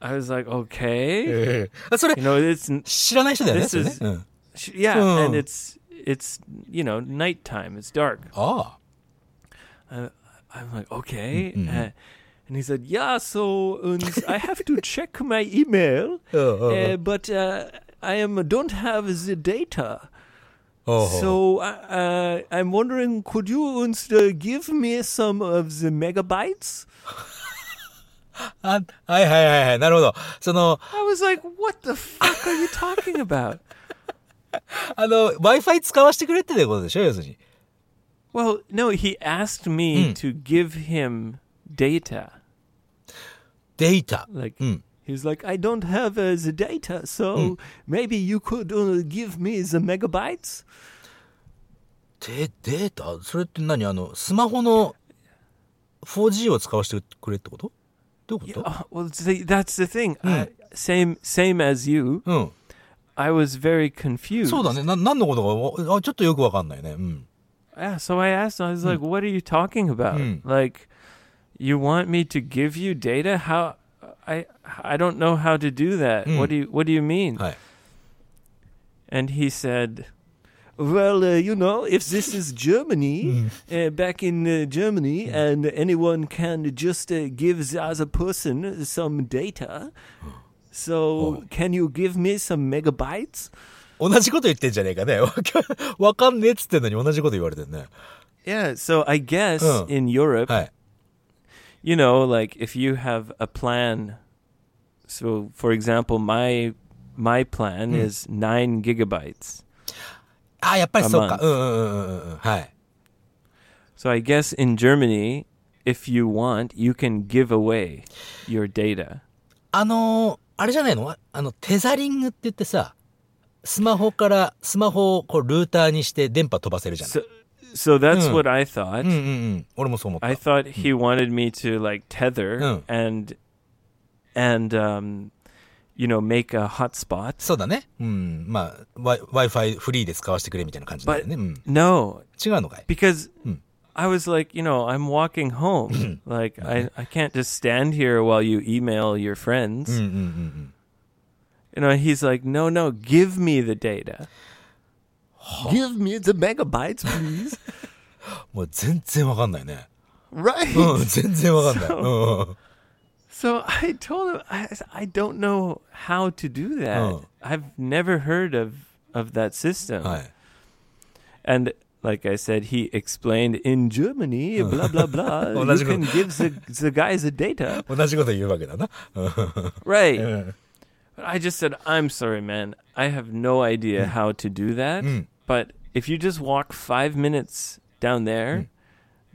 Speaker 2: I was like, okay,
Speaker 3: ええあ、それ
Speaker 2: you、know, it's n-
Speaker 3: 知らない人だよね。
Speaker 2: This
Speaker 3: それね
Speaker 2: is-
Speaker 3: うん。
Speaker 2: sh- yeah,
Speaker 3: Oh.
Speaker 2: and it's it's you know nighttime, it's dark.
Speaker 3: あ
Speaker 2: I'm like, okay, uh, and he said, yeah, so uns, I have to check my email,
Speaker 3: あ。うんうんうん
Speaker 2: uh, but uh, I am don't have the data.
Speaker 3: ほうほう
Speaker 2: So uh, uh, I'm wondering, could you uns, uh, give me some of the megabytes?
Speaker 3: あ、はいはいはいはい。なるほど。その、
Speaker 2: I was like, what the fuck are you talking about?
Speaker 3: あの、Wi-Fi 使わせてくれってことでしょ要するに。
Speaker 2: Well, no, he asked me to give him data.
Speaker 3: データ。
Speaker 2: Like
Speaker 3: Mm.
Speaker 2: he was like, I don't have uh, the data, so maybe you could uh, give me the megabytes.
Speaker 3: で、データそれって何あの、スマホの 4G を使わせてくれってことどういうこと
Speaker 2: Oh, well, see, that's the thing. I- same, same as you.
Speaker 3: うん。
Speaker 2: I was very confused.
Speaker 3: そうだね。な、何のことかわ、あ、ちょっとよくわかんないね。うん。
Speaker 2: Yeah, so I asked him. I was like, "What are you talking about?
Speaker 3: Mm.
Speaker 2: Like, you want me to give you data? How? I I don't know how to do that. What do you What do you mean?"
Speaker 3: はい。
Speaker 2: and he said, "Well, uh, you know, if this is Germany, uh, back in uh, Germany, and anyone can just uh, give the other person some data, So, can you give me some megabytes?
Speaker 3: 同じこと言ってんじゃねえかね。わかわかんねえっつってんのに同じこと言われてんね。
Speaker 2: Yeah, so I guess
Speaker 3: Oh.
Speaker 2: in Europe,
Speaker 3: はい。
Speaker 2: you know, like if you have a plan. So, for example, my my plan
Speaker 3: Hmm.
Speaker 2: is 9 gigabytes.
Speaker 3: ああ、やっぱりそうか。
Speaker 2: あまあ
Speaker 3: うんうんうんうんうん。はい。
Speaker 2: So, I guess in Germany, if you want, you can give away your data.
Speaker 3: あのーあれじゃないのあの、テザリングって言ってさ、スマホから、スマホをこうルーターにして電波飛ばせるじゃん。
Speaker 2: So, so that's
Speaker 3: Hmm.
Speaker 2: what I thought.
Speaker 3: うんうんうん。俺もそう思った。
Speaker 2: I thought he wanted me to like tether
Speaker 3: Oh.
Speaker 2: and and um, you know make a hotspot.
Speaker 3: そうだね。うん。まあ、Wi- Wi-Fi フリーで使わせてくれみたいな感じなんだよね。うん。
Speaker 2: No,
Speaker 3: 違うのかい
Speaker 2: because
Speaker 3: Hmm.
Speaker 2: I was like, you know, I'm walking home. like I, I can't just stand here while you email your
Speaker 3: うん
Speaker 2: friends.
Speaker 3: うんうん
Speaker 2: hmm. You
Speaker 3: うん。
Speaker 2: know, and he's like, no, no, give me the data. Give me the megabytes, please.
Speaker 3: もう全然わかんないね。
Speaker 2: right.
Speaker 3: うん、全然わかんない。うんうん。
Speaker 2: So I told him I, I don't know how to do that.
Speaker 3: Oh.
Speaker 2: I've never heard of of that system.
Speaker 3: はい。
Speaker 2: And like I said, he explained in Germany, blah blah blah. you
Speaker 3: 同じこと。
Speaker 2: can give the, the guys the data,
Speaker 3: 同じこと言うわけだな。うん。
Speaker 2: right? But I just said, I'm sorry, man. I have no idea how to do that. But if you just walk five minutes down there,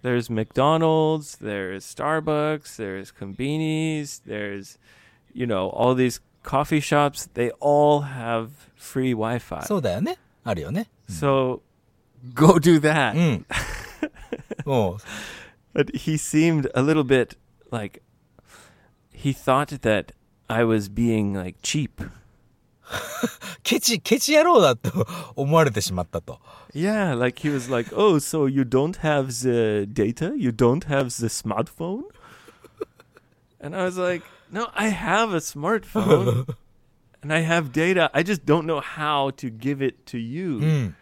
Speaker 2: there's McDonald's, there's Starbucks, there's Combinis, there's you know all these coffee shops. They all have free Wi-Fi.
Speaker 3: そうだよね。あるよね。
Speaker 2: so go do that.
Speaker 3: うん。もう、
Speaker 2: But he seemed a little bit like he thought that I was being like cheap.
Speaker 3: ケチ、ケチ野郎だと思われてしまったと。
Speaker 2: Yeah, like he was like, "Oh, so you don't have the data? You don't have the smartphone?" And I was like, "No, I have a smartphone." And I have data. I just don't know how to give it to you.
Speaker 3: うん。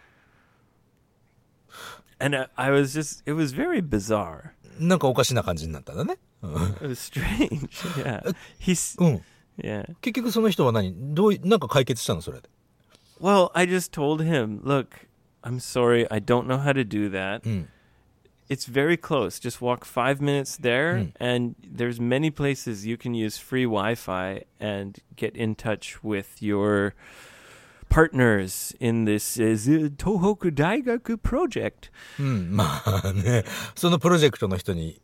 Speaker 2: And I, I was just, it was very bizarre.
Speaker 3: なんかおかしな感じになったんだね。うん。
Speaker 2: It was strange. Yeah. He's,
Speaker 3: うん。
Speaker 2: yeah.
Speaker 3: 結局その人は何どうい、なんか解決したのそれで。
Speaker 2: Well, I just told him, look, I'm sorry, I don't know how to do that.
Speaker 3: うん。
Speaker 2: It's very close. Just walk five minutes there,
Speaker 3: Mm.
Speaker 2: and there's many places you can use free Wi-Fi and get in touch with your partners in this uh, the Tohoku Daigaku project.
Speaker 3: うん。まあね、そのプロジェクトの人に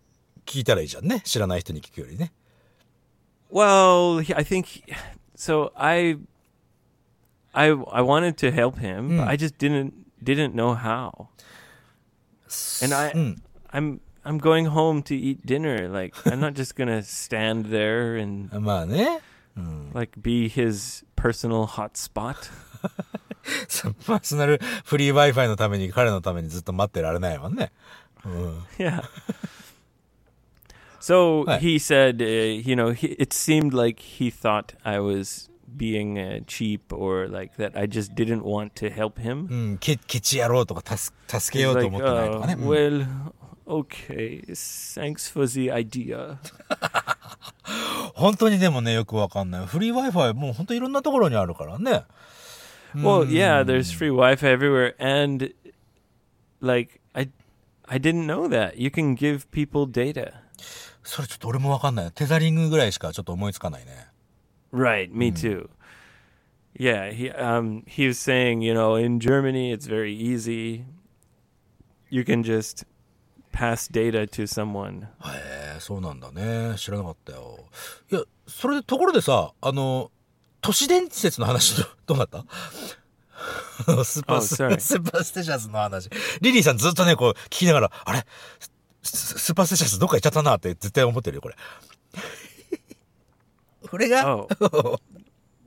Speaker 3: 聞いたらいいじゃんね。知らない人に聞くよりね。
Speaker 2: Well, he- I think he- so. I I I wanted to help him, but
Speaker 3: Mm.
Speaker 2: I just didn't didn't know how. And I
Speaker 3: うん。
Speaker 2: I'm I'm going home to eat dinner. Like I'm not just gonna stand there and
Speaker 3: まあね。
Speaker 2: like be his personal hotspot.
Speaker 3: そのパーソナルフリー Wi-Fi のために彼のためにずっと待ってられないもんね。うん。
Speaker 2: Yeah. So
Speaker 3: Right.
Speaker 2: he said, uh, you know, he, it seemed like he thought I was being uh, cheap or like that I just didn't want to help him.
Speaker 3: うん。ケケチ野郎とか助助け
Speaker 2: He's
Speaker 3: ようと
Speaker 2: like,
Speaker 3: 思ってないとか
Speaker 2: "Oh,
Speaker 3: ね。うん
Speaker 2: well, okay, thanks for the idea.
Speaker 3: 本当にでもね、よくわかんない。フリー Wi-Fi もう本当いろんなところにあるからね。
Speaker 2: Well, yeah, there's free Wi-Fi everywhere, and like I, I didn't know that you can give people data.
Speaker 3: それちょっと俺もわかんない。テザリングぐらいしかちょっと思いつかないね。
Speaker 2: Right, me too. Yeah, he um he was saying, you know, in Germany it's very easy. You can just pass data to someone.
Speaker 3: へえ、そうなんだね。知らなかったよ。いや、それで、ところでさ、あの、都市伝説の話 ど、どうなったあのスーパー、
Speaker 2: Oh,
Speaker 3: ス
Speaker 2: sorry.
Speaker 3: スーパーステーシャスの話。リリーさんずっとね、こう、聞きながら、あれススーパーステーシャスどっか行っちゃったなって絶対思ってるよ、これ。これが、
Speaker 2: Oh.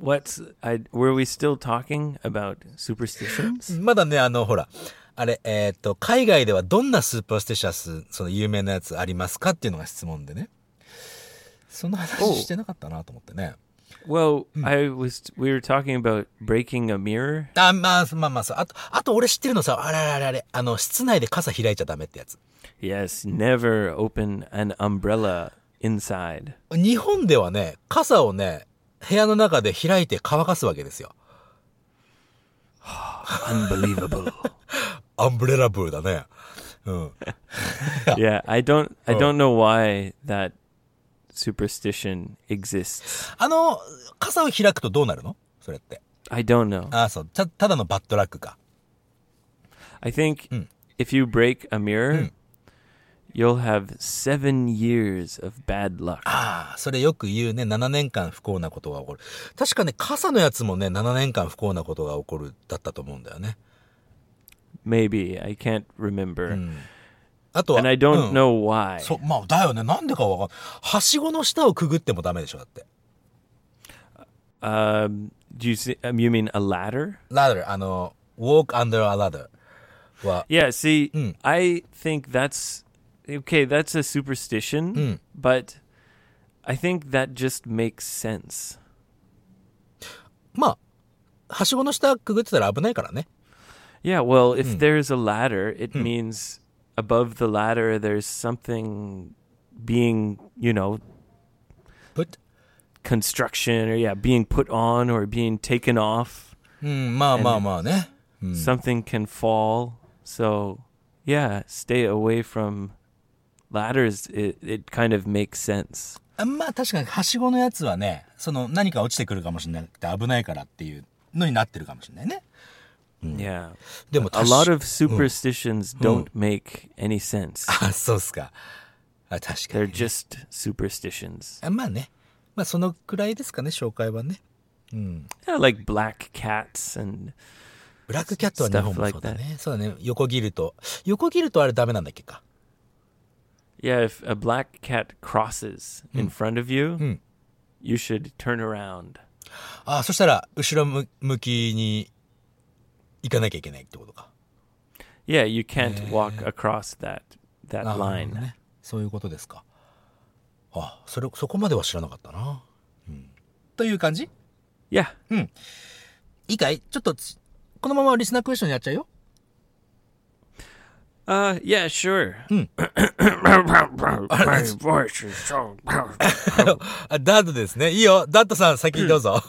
Speaker 2: What's I were we still talking about superstitions?
Speaker 3: まだね、あの、ほら、あれ、えーっと、海外ではどんなスーパーステーシャス、その有名なやつありますかっていうのが質問でね。その話してなかったなと思ってね。
Speaker 2: Well, I was we were talking about breaking a mirror.
Speaker 3: あ、まあ、まあまあそう。あと、あと俺知ってるのさ、あれあれあれ、あの、室内で傘開いちゃダメってやつ。
Speaker 2: Yes, never open an umbrella inside.
Speaker 3: 日本ではね、傘をね、部屋の中で開いて乾かすわけですよ。
Speaker 2: Unbelievable.
Speaker 3: アンブレラブーだね。うん。
Speaker 2: yeah, I don't
Speaker 3: Oh.
Speaker 2: I don't know why that superstition exists.
Speaker 3: あの、傘を開くとどうなるのそれって。
Speaker 2: I don't know.
Speaker 3: ああ、そう。た、ただのバッドラックか。
Speaker 2: I think
Speaker 3: Mm.
Speaker 2: if you break a mirror,
Speaker 3: Mm.
Speaker 2: you'll have 7 years of bad luck.
Speaker 3: ああ、それよく言うね。7年間不幸なことが起こる。確かね、傘のやつもね、7年間不幸なことが起こる、だったと思うんだよね。
Speaker 2: Maybe, I can't remember.
Speaker 3: Mm. あとは。
Speaker 2: And I don't
Speaker 3: うん
Speaker 2: know why.
Speaker 3: そう、まあ、だよね。なんでかわかんない。はしごの下をくぐってもダメでしょ、だって。
Speaker 2: Um, do you see, um, you mean a ladder?
Speaker 3: ladder, あの、walk under a ladder は、
Speaker 2: Yeah, see,
Speaker 3: Mm.
Speaker 2: I think that's okay, that's a superstition, but I think that just makes sense.
Speaker 3: まあ、はしごの下くぐってたら危ないからね。
Speaker 2: Yeah, well, if there's a ladder, it means above the ladder there's something being, you know,
Speaker 3: Put-
Speaker 2: construction or yeah, being put on or being taken off.
Speaker 3: うん、まあまあまあね。
Speaker 2: Something can fall. So, yeah, stay away from ladders. It it kind of makes sense.
Speaker 3: あまあ確かに、はしごのやつはね、その何か落ちてくるかもしれなくて危ないからっていうのになってるかもしれないね。
Speaker 2: Yeah.
Speaker 3: でも
Speaker 2: A
Speaker 3: 確
Speaker 2: lot
Speaker 3: か
Speaker 2: of superstitions don't make any sense.
Speaker 3: あ、そうっすか。あ確か
Speaker 2: They're
Speaker 3: に。
Speaker 2: just superstitions.
Speaker 3: あまあね。まあそのくらいですかね、紹介はね。
Speaker 2: Yeah, like black cats and
Speaker 3: ブラックキャットは日本もそうだね。そうだね。横切ると。横切るとあれダメなんだっけか。
Speaker 2: Yeah, if a black cat crosses in front of you, you should turn around.
Speaker 3: あ、そしたら、後ろ向向きに行かなきゃいけないってことか。
Speaker 2: Yeah, you can't walk across that that
Speaker 3: あなるほど
Speaker 2: line.
Speaker 3: ね。そういうことですか。あ、それ、そこまでは知らなかったな。うん。という感じ
Speaker 2: Yeah.
Speaker 3: いいかいちょっとつ、このままリスナークエスチョンやっちゃうよ。
Speaker 2: Uh yeah, sure. My voice is so
Speaker 3: あダッドですね。いいよ。ダッドさん、先にどうぞ。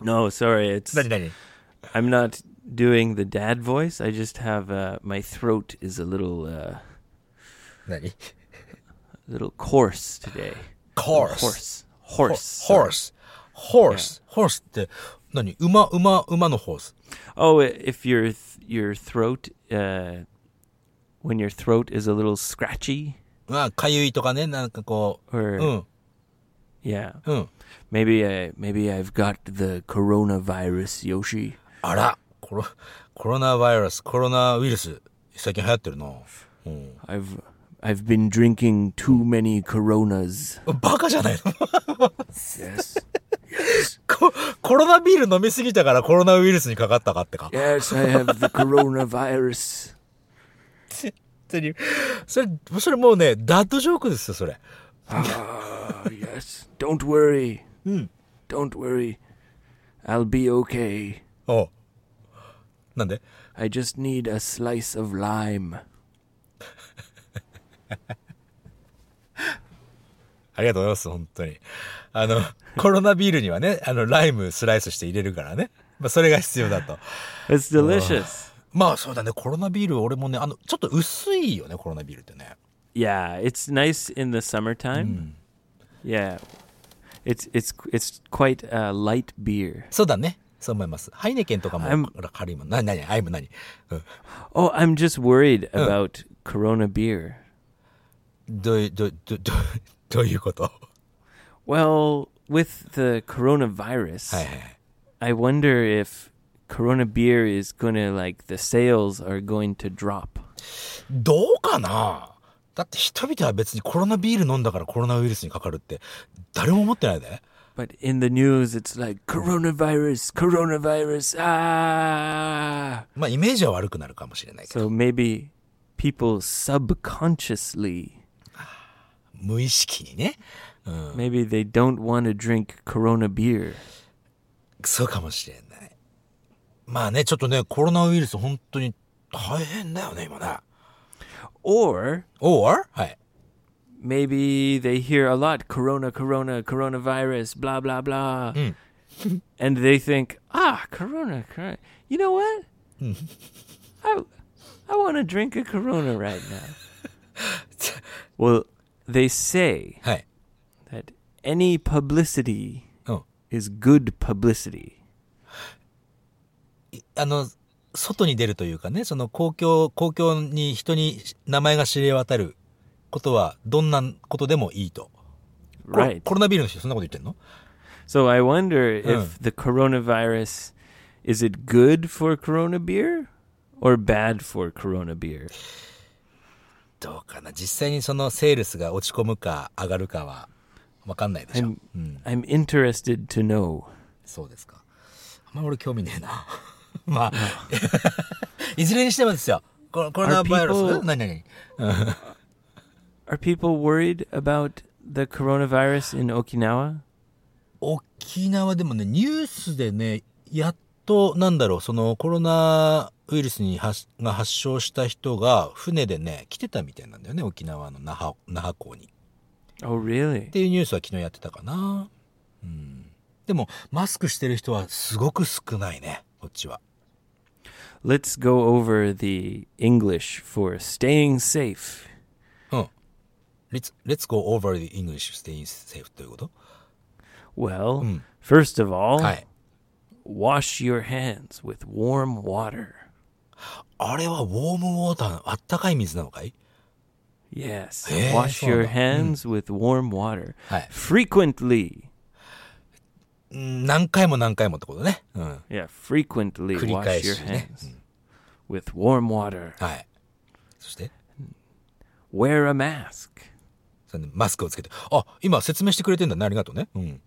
Speaker 2: No, sorry. It's
Speaker 3: 何何
Speaker 2: I'm not doing the dad voice. I just have uh, my throat is a little uh,
Speaker 3: 何
Speaker 2: little coarse today.
Speaker 3: ?horse.
Speaker 2: Horse. Horse.
Speaker 3: horse. horse. horse って、何馬、馬、馬のホース。
Speaker 2: Oh, i- if your th- your throat uh, when your throat is a little scratchy
Speaker 3: まあ、かゆいとかね、なんかこう。
Speaker 2: or
Speaker 3: うん、
Speaker 2: yeah,
Speaker 3: うん。
Speaker 2: maybe I maybe I've got the coronavirus, Yoshi.
Speaker 3: あら、コロ、コロナウイルス、コロナウイルス、最近流行ってるな。うん。
Speaker 2: I've I've been drinking too many Coronas.
Speaker 3: バカじゃないの
Speaker 2: Yes.
Speaker 3: ココロナビール飲みすぎたからコロナウイルスにかかったかってか。
Speaker 2: yes, I have the coronavirus.
Speaker 3: 本当にそれ、それもうね、ダッドジョークですよ、それ。
Speaker 2: Ah, yes. Don't worry. Don't worry. I'll be okay.
Speaker 3: おうなんで
Speaker 2: I just need a slice of lime.
Speaker 3: ありがとうございます、本当に。あの、コロナビールにはね、あの、ライムスライスして入れるからね。まあ、それが必要だと。
Speaker 2: It's delicious.
Speaker 3: まあ、そうだね、コロナビール、俺もね、あの、ちょっと薄いよね、コロナビールってね。
Speaker 2: Yeah, it's nice in the summertime. Yeah, it's it's it's quite a light beer.
Speaker 3: そうだね。そう思います。ハイネケンとかも
Speaker 2: I'm-
Speaker 3: 軽いもん。な、なに、アイム何、うん、
Speaker 2: Oh, I'm just worried about Corona beer.
Speaker 3: どういう、どう、どう、どう どういうこと
Speaker 2: Well, with the coronavirus,
Speaker 3: はいはいはい。
Speaker 2: I wonder if Corona beer is gonna like the sales are going to drop.
Speaker 3: どうかなだって人々は別にコロナビール飲んだからコロナウイルスにかかるって誰も思ってないで。
Speaker 2: But in the news, it's like coronavirus, coronavirus, ah.
Speaker 3: まあイメージは悪くなるかもしれないけど、
Speaker 2: So maybe people subconsciously
Speaker 3: 無意識にね。
Speaker 2: Maybe they don't want to drink Corona beer.
Speaker 3: そうかもしれない。まあね、ちょっとね、コロナウイルス本当に大変だよね、今ね。
Speaker 2: Or
Speaker 3: or? はい。
Speaker 2: maybe they hear a lot corona, corona, coronavirus, blah, blah, blah.
Speaker 3: Mm.
Speaker 2: and they think, ah, corona, corona. You know what? I, I want to drink a corona right now. well, they say
Speaker 3: はい。
Speaker 2: that any publicity
Speaker 3: うん。
Speaker 2: is good publicity.
Speaker 3: あの、外に出るというかね、その公共、公共に人に名前が知れ渡ることは、どんなことでもいいと。コロ
Speaker 2: Right.
Speaker 3: コロナビルの人そんなこと言ってんの
Speaker 2: So I wonder
Speaker 3: Mm.
Speaker 2: if the coronavirus is it good for Corona beer or bad for Corona beer?
Speaker 3: どうかな実際にそのセールスが落ち込むか上がるかは分かんないでしょ。
Speaker 2: I'm
Speaker 3: うん、
Speaker 2: I'm interested to know.
Speaker 3: そうですか。あんまり俺興味ねえな。 まあ、いずれにしてもですよ。コロコロナバイロ
Speaker 2: Are
Speaker 3: ス
Speaker 2: people-
Speaker 3: 何何
Speaker 2: Are people worried about the coronavirus in Okinawa?
Speaker 3: 沖縄でもね、ニュースでね、やっと、なんだろう、そのコロナウイルスに発が発症した人が船でね、来てたみたいなんだよね、沖縄の那覇那覇港に。
Speaker 2: Oh,
Speaker 3: っ
Speaker 2: really?
Speaker 3: ていうニュースは昨日やってたかな。うん。でも、マスクしてる人はすごく少ないね、こっちは。
Speaker 2: Let's go over the English for staying safe.
Speaker 3: うん。Let's, let's go over the English staying safe ということ
Speaker 2: Well,
Speaker 3: Mm.
Speaker 2: first of all,
Speaker 3: はい。
Speaker 2: wash your hands with warm water.
Speaker 3: あれはウォームウォーター、あったかい水なのかい
Speaker 2: Yes.
Speaker 3: Eh,
Speaker 2: Wash
Speaker 3: so-
Speaker 2: your
Speaker 3: mm.
Speaker 2: hands with warm water.
Speaker 3: Hi.
Speaker 2: Frequently.
Speaker 3: うん何回も何回もってことね。うん。は
Speaker 2: Yeah, frequently wash your
Speaker 3: 繰り返しね。
Speaker 2: hands with warm water.
Speaker 3: い。そして、
Speaker 2: Wear a mask.
Speaker 3: そのマスクをつけて。あ、今説明してくれてんだね。ありがとうね。うん。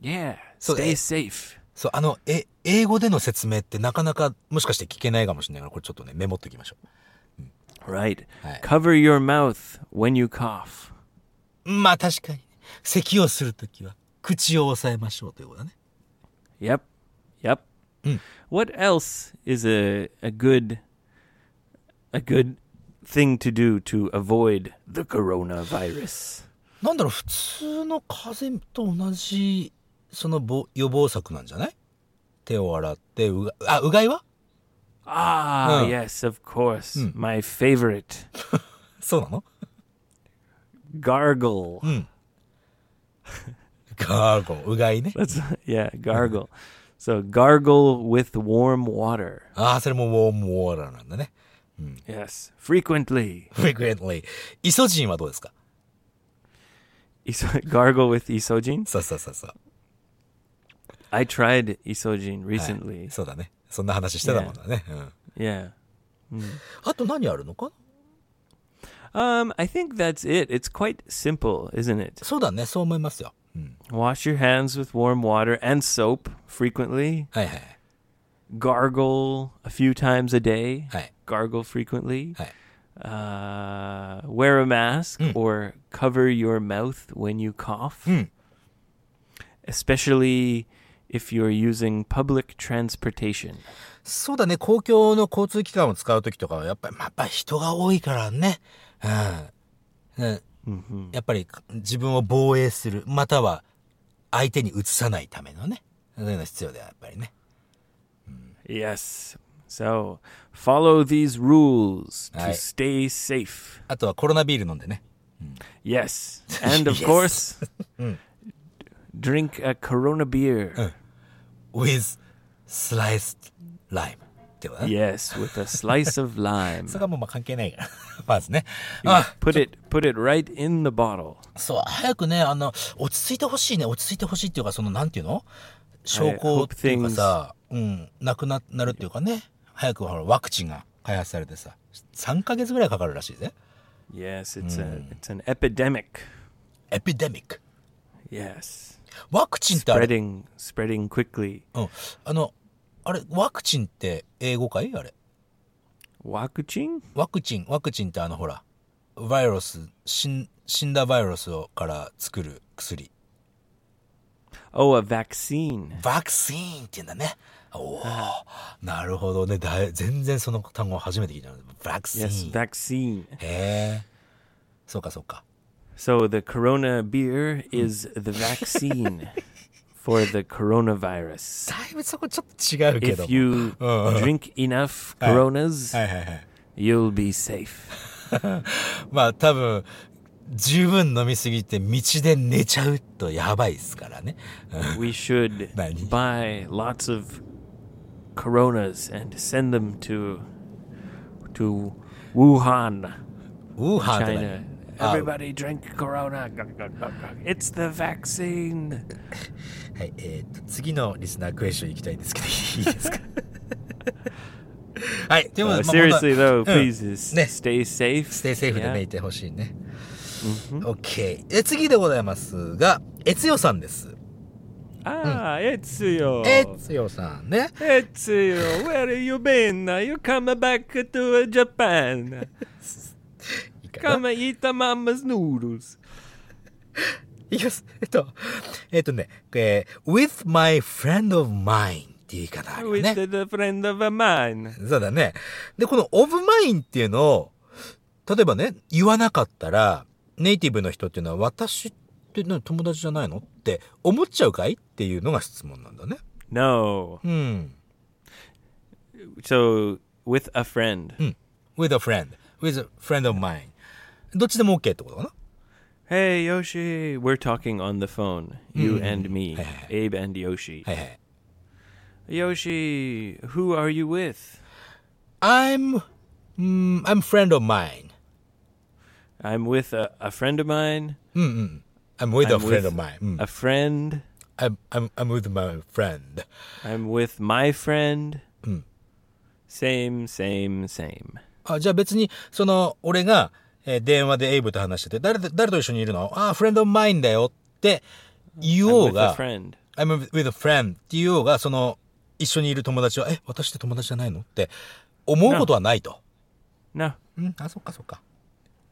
Speaker 2: Yeah.
Speaker 3: So,
Speaker 2: stay
Speaker 3: eh,
Speaker 2: safe.
Speaker 3: そう、あの、え、英語での説明ってなかなかもしかして聞けないかもしれないから、これちょっとね、メモっておきましょ
Speaker 2: Right.
Speaker 3: hi.
Speaker 2: Cover your mouth when you cough.
Speaker 3: う。まあ確かに。咳をするときは、口を押さえましょうということだね。
Speaker 2: Yep. Yep.
Speaker 3: Mm.
Speaker 2: What else is a a good a good thing to do to avoid the coronavirus?
Speaker 3: なんだろう、普通の風邪と同じ、そのぼ予防策なんじゃない手を洗って、うが、あ、うがいは
Speaker 2: Ah,
Speaker 3: Oh.
Speaker 2: yes, of course.
Speaker 3: Mm.
Speaker 2: My favorite.
Speaker 3: そうなの
Speaker 2: Gargle.
Speaker 3: うん。ガーゴン、うがいね。
Speaker 2: That's yeah, gargle. So gargle with warm water.
Speaker 3: ああ、それもウォームウォーターなんだね。
Speaker 2: Yes, frequently.
Speaker 3: frequently. イソジンはどうですか
Speaker 2: Iso- gargle with isogene.
Speaker 3: さあさあさあさ
Speaker 2: I tried isogene
Speaker 3: あ。はい
Speaker 2: recently.
Speaker 3: そうだね。そんな話してたもんだね。うん。
Speaker 2: Yeah. Hmm.
Speaker 3: あと何あるのか
Speaker 2: Um, I think that's it. It's quite simple, isn't it?
Speaker 3: そうだね。そう思いますよ。うん。
Speaker 2: Wash your hands with warm water and soap frequently.
Speaker 3: はいはいはい。
Speaker 2: Gargle a few times a day.
Speaker 3: はい。
Speaker 2: Gargle frequently.
Speaker 3: はい。
Speaker 2: Uh, wear a mask or cover your mouth when you cough.
Speaker 3: Mm.
Speaker 2: Especially if you're using public transportation.
Speaker 3: そうだね。公共の交通機関を使うときとかは、やっぱり、まあやっぱり人が多いからね。うん。うんやっぱり自分を防衛する、または相手にうつさないためのね。そういうのが必要だよ、やっぱりね。
Speaker 2: Yes. So follow these rules to
Speaker 3: Aye.
Speaker 2: stay safe.
Speaker 3: あとはコロナビール飲んでね。
Speaker 2: Yes. And of
Speaker 3: Yes. Hmm.
Speaker 2: course, drink a Corona beer.
Speaker 3: Uh, with sliced lime ってことだね。
Speaker 2: Yes, with a slice of lime.
Speaker 3: それがもうまあ関係ないから。まずね。
Speaker 2: You
Speaker 3: あ、
Speaker 2: put it put it right in the bottle.
Speaker 3: そう、早くね、あの、落ち着いてほしいね。落ち着いてほしいっていうか、その、なんていうの証拠っていうかさ、うん、なくな、なるっていうかね。早くほら、ワクチンが開発されてさ、3ヶ月ぐらいかかるらしいぜ。
Speaker 2: Yes, it's a
Speaker 3: Hmm.
Speaker 2: it's an epidemic.
Speaker 3: エピデミック。
Speaker 2: Yes.
Speaker 3: ワクチンってあれ、
Speaker 2: Spreading spreading quickly.
Speaker 3: うん、あの、あれ、ワクチンって英語かいあれ。
Speaker 2: Wakuching?
Speaker 3: ワクチン、ワクチンってあの、ほら、バイロス、死ん死んだバイロスをから作る薬。
Speaker 2: Oh, a vaccine.
Speaker 3: バクシーンって言うんだね。おお、なるほどね。だい全然その単語初めて聞いたの。バクシ
Speaker 2: Yes,
Speaker 3: ーン。へ
Speaker 2: vaccine.
Speaker 3: え。そうかそうか。
Speaker 2: So the Corona beer is the vaccine for the coronavirus.
Speaker 3: だいぶそこちょっと違うけど
Speaker 2: If
Speaker 3: も。
Speaker 2: you drink enough Coronas,
Speaker 3: はいはいはい。
Speaker 2: you'll be safe.
Speaker 3: まあ多分、十分飲みすぎて道で寝ちゃうとやばいですからね。
Speaker 2: We should
Speaker 3: Nani?
Speaker 2: buy lots of Coronas and send them to to Wuhan,
Speaker 3: ウーハーとか
Speaker 2: China.
Speaker 3: ね。あ
Speaker 2: Everybody drink Corona. It's the vaccine.
Speaker 3: はい、えーと、次のリスナークエスチョン行きたいんですけど、いいですか はい、でも、まあ
Speaker 2: Uh, seriously
Speaker 3: 本当は
Speaker 2: though,
Speaker 3: う
Speaker 2: please
Speaker 3: ん
Speaker 2: uh, s-
Speaker 3: ね
Speaker 2: stay safe.
Speaker 3: ステイセーフで
Speaker 2: Yeah.
Speaker 3: ね、いてほしいね。OK。で、次でございますが、えつよさんです。
Speaker 2: Ah, Ezio.
Speaker 3: えつよさんね。
Speaker 2: Ezio, where have you been? You come back to uh, Japan.
Speaker 3: いいか
Speaker 2: Come
Speaker 3: な
Speaker 2: eat mama's noodles.
Speaker 3: いきます。えっと、えっとね、えー with my friend of mine っていう言い方ある
Speaker 2: With
Speaker 3: よね。
Speaker 2: the friend of mine.
Speaker 3: そうだね。で、この of mine っていうのを、例えばね、言わなかったら、ネイティブの人っていうのは、私って何友達じゃないのって思っちゃうかいっていうのが質問なんだね。
Speaker 2: No.
Speaker 3: うん。
Speaker 2: So with a friend.
Speaker 3: うん。with a friend. with a friend of mine. どっちでも OK ってことかな
Speaker 2: Hey Yoshi, we're talking on the phone. You and me,
Speaker 3: Hmm. Hey, hey,
Speaker 2: Abe and Yoshi.
Speaker 3: はいはい。
Speaker 2: Yoshi, who are you with?
Speaker 3: I'm, mm, I'm friend of mine.
Speaker 2: I'm with a, a friend of mine.
Speaker 3: I'm with a
Speaker 2: I'm
Speaker 3: friend
Speaker 2: with
Speaker 3: of mine. うん。
Speaker 2: A friend.
Speaker 3: I'm, I'm, I'm with my friend.
Speaker 2: I'm with my friend.
Speaker 3: Hmm.
Speaker 2: Same, same, same.
Speaker 3: あ、じゃあ別に、その、俺が、えー電話でエイブと話してて、誰と、誰と一緒にいるのあ、フレンドマインだよって言
Speaker 2: I'm
Speaker 3: おう
Speaker 2: with a
Speaker 3: が、
Speaker 2: friend.
Speaker 3: I'm with a friend って言おうが、その、一緒にいる友達は、え、私って友達じゃないのって思うことはないと。
Speaker 2: No,
Speaker 3: うん、あ、そっかそっか。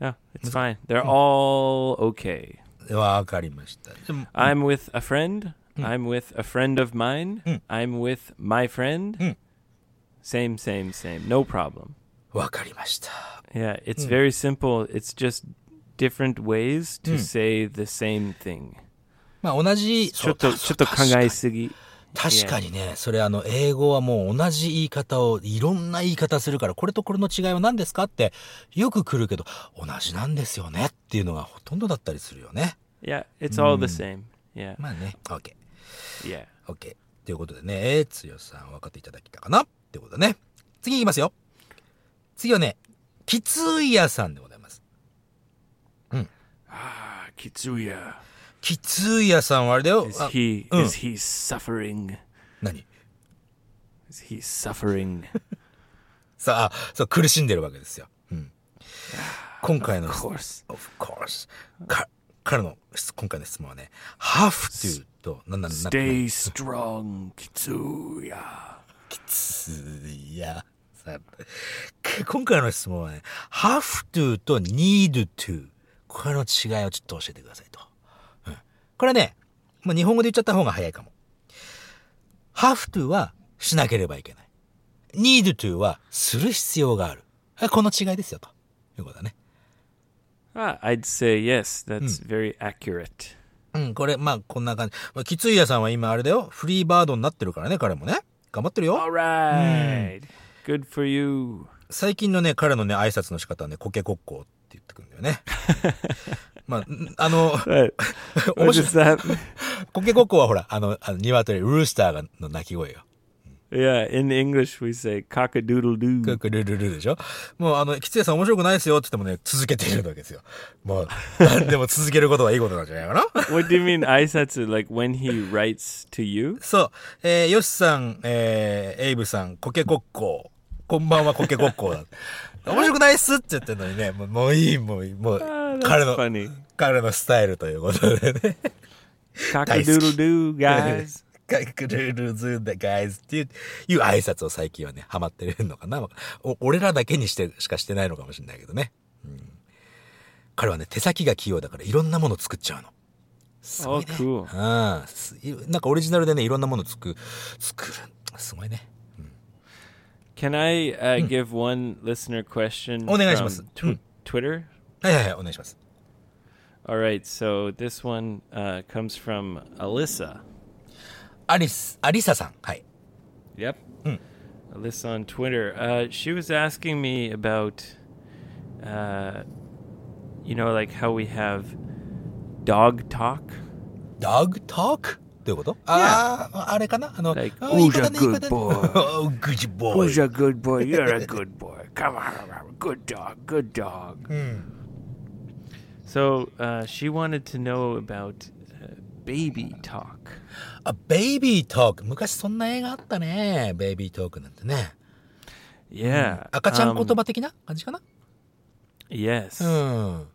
Speaker 2: no, it's fine. They're all okay.
Speaker 3: わかりました。でも
Speaker 2: I'm with a friend. I'm with a friend of mine. I'm with my friend. Same, same, same. No problem.
Speaker 3: わかりました。
Speaker 2: Yeah, it's very simple. It's just different ways to say the same thing.
Speaker 3: まあ同じ、そう
Speaker 2: ちょっと-
Speaker 3: そう
Speaker 2: ちょっと考えすぎ。
Speaker 3: 確かにね、それあの、英語はもう同じ言い方を、いろんな言い方するから、これとこれの違いは何ですかって、よく来るけど、同じなんですよねっていうのがほとんどだったりするよね。
Speaker 2: Yeah, it's all the same. Yeah,
Speaker 3: まあね、OK。
Speaker 2: yeah.
Speaker 3: OK。ということでね、えー、つよさん分かっていただけたかなってことだね。次いきますよ。次はね、きついやさんでございます。
Speaker 2: Ah, Kitsuya.
Speaker 3: きついやさんはあれだよ。
Speaker 2: Is
Speaker 3: あ
Speaker 2: he
Speaker 3: うん
Speaker 2: is he suffering?
Speaker 3: 何
Speaker 2: Is he suffering?
Speaker 3: さあ、そう、苦しんでるわけですよ。うん。今回の
Speaker 2: Of course.
Speaker 3: Of course. か、彼の質今回の質問はね、have to と、なんなんなんなん
Speaker 2: Stay strong, Kitsuya.
Speaker 3: きついや。さけ今回の質問はね、have to と need to。これの違いをちょっと教えてくださいと。うんこれね、もう日本語で言っちゃった方が早いかも。have to はしなければいけない。need to はする必要がある。あこの違いですよと。いうことだね。
Speaker 2: Ah, I'd say yes. That's very accurate.
Speaker 3: うん、これ、まあ、こんな感じ。まあ、きついやさんは今あれだよ。フリーバードになってるからね、彼もね。頑張ってる
Speaker 2: All
Speaker 3: よ。
Speaker 2: right. Good for you.
Speaker 3: 最近のね、彼のね、挨拶の仕方はね、コケコッコーって言ってくるんだよね。まあ、んあの、
Speaker 2: What, what
Speaker 3: Almost-
Speaker 2: is that?
Speaker 3: コケコッコーはほら、あの、あの鶏、ルースターがの鳴き声よ。
Speaker 2: yeah, in English we say cock a doodle
Speaker 3: ク
Speaker 2: doo.
Speaker 3: クルルルルでしょもう、あの、きついやさん面白くないですよって言ってもね、続けているわけですよ。もう、何でも続けることはいいことなんじゃないかな
Speaker 2: What do you mean aisatsu? Like when he writes to you?
Speaker 3: そう、えー、ヨシさん、えー、エイブさん、コケコッコー。こんばんは、コケコッコーだ。面白くないっすって言ってるのにね、もうもういい、もういい、もう
Speaker 2: Ah,、
Speaker 3: 彼
Speaker 2: that's
Speaker 3: の、
Speaker 2: funny.
Speaker 3: 彼のスタイルということでね。
Speaker 2: Cock a doodle doo, guys.
Speaker 3: カクルルズンだ、ガイズっていう、いう挨拶を最近はね、ハマってるのかな。お俺らだけにして、しかしてないのかもしれないけどね。うん彼はね、手先が器用だから、いろんなもの作っちゃうの。すご
Speaker 2: Oh,
Speaker 3: いね。
Speaker 2: cool.
Speaker 3: うんすいなんかオリジナルでね、いろんなもの作、作る。すごいね。
Speaker 2: Can I uh, give one listener question
Speaker 3: お願いします。
Speaker 2: from tw- Twitter?
Speaker 3: はいはいはい、お願いします。
Speaker 2: All right, so this one uh, comes from Alyssa.
Speaker 3: アリス、アリサさん。はい。
Speaker 2: Yep. Alyssa on Twitter. Uh, she was asking me about, uh, you know, like how we have dog talk.
Speaker 3: dog talk? どういうことああ、あれかなあの、
Speaker 2: Like,
Speaker 3: あー
Speaker 2: who's a
Speaker 3: いい子だね
Speaker 2: good
Speaker 3: いい子だね Oh, good boy.
Speaker 2: a good boy. You're a good boy. Come on, good dog, good dog. So uh, she wanted to know about uh, baby talk.
Speaker 3: あ、ベイビートーク。昔そんな映画あったね。ベイビートークなんてね。
Speaker 2: Yeah.
Speaker 3: 赤ちゃん
Speaker 2: um,
Speaker 3: 言葉的な感じかな
Speaker 2: yes.
Speaker 3: うん。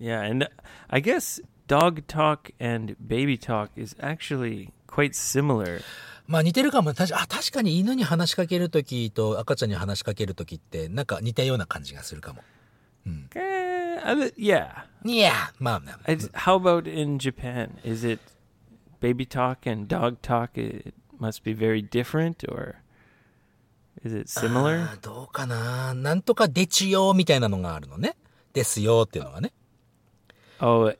Speaker 2: Yeah, and uh, I guess dog talk and baby talk is actually quite similar.
Speaker 3: まあ似てるかも。確かあ確かに犬に話しかけるときと赤ちゃんに話しかけるときって、なんか似たような感じがするかも。
Speaker 2: Eh, I li- yeah.
Speaker 3: いやーまあまあ
Speaker 2: I j- how about in Japan? Is it baby talk and dog talk? It, it must be very different, or is it
Speaker 3: あ
Speaker 2: similar?
Speaker 3: どうかななんとかでちよーみたいなのがあるのね。ですよーっていうのがね。
Speaker 2: Oh,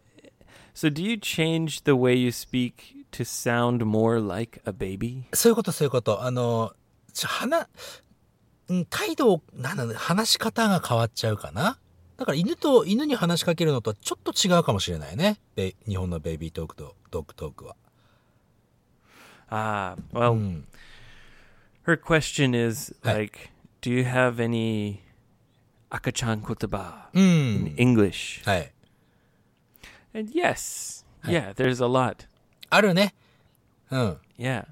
Speaker 2: so do you change the way you speak to sound more like a baby?
Speaker 3: そういうこと、そういうこと。あの、ちょ、話、うん態度、なんだろう、話し方が変わっちゃうかな。だから犬と、犬に話しかけるのとはちょっと違うかもしれないね。で、日本のベイビートークとドッグトークは。
Speaker 2: Ah, well,
Speaker 3: hmm.
Speaker 2: her question is
Speaker 3: Hi.
Speaker 2: like, do you have any akachan kotoba
Speaker 3: う
Speaker 2: in
Speaker 3: ん。
Speaker 2: English?
Speaker 3: はい。
Speaker 2: And yes, yeah, there's a lot.
Speaker 3: あるね。うん。
Speaker 2: Yeah.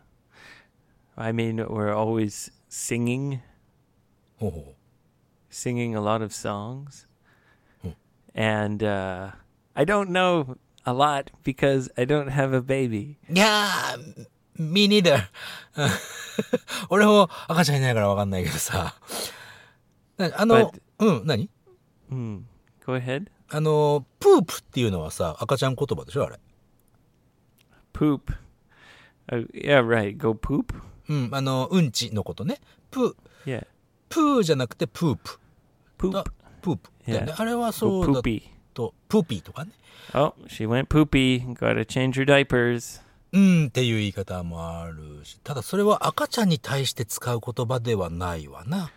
Speaker 2: I mean, we're always singing,
Speaker 3: ほうほ
Speaker 2: singing a lot of songs. And uh, I don't know a lot because I don't have a baby.
Speaker 3: う。いやー、me neither. うん 俺も赤ちゃんいないからわかんないけどさ。なあの
Speaker 2: But-、
Speaker 3: うん、何
Speaker 2: Hmm. Go ahead.
Speaker 3: あの、プープっていうのはさ、赤ちゃん言葉でしょあれ。
Speaker 2: Poop. Uh, yeah, right. Go poop.
Speaker 3: うん、あの、うんちのことね。プー、
Speaker 2: Yeah.
Speaker 3: プーじゃなくてプープ。あ
Speaker 2: Poop.
Speaker 3: プープ。だよね
Speaker 2: Yeah.
Speaker 3: あれは
Speaker 2: Go
Speaker 3: そうだ
Speaker 2: poopy.
Speaker 3: と、プーピーとかね。
Speaker 2: Oh, she went poopy. Gotta change her diapers.
Speaker 3: うんっていう言い方もあるし、ただそれは赤ちゃんに対して使う言葉ではないわな。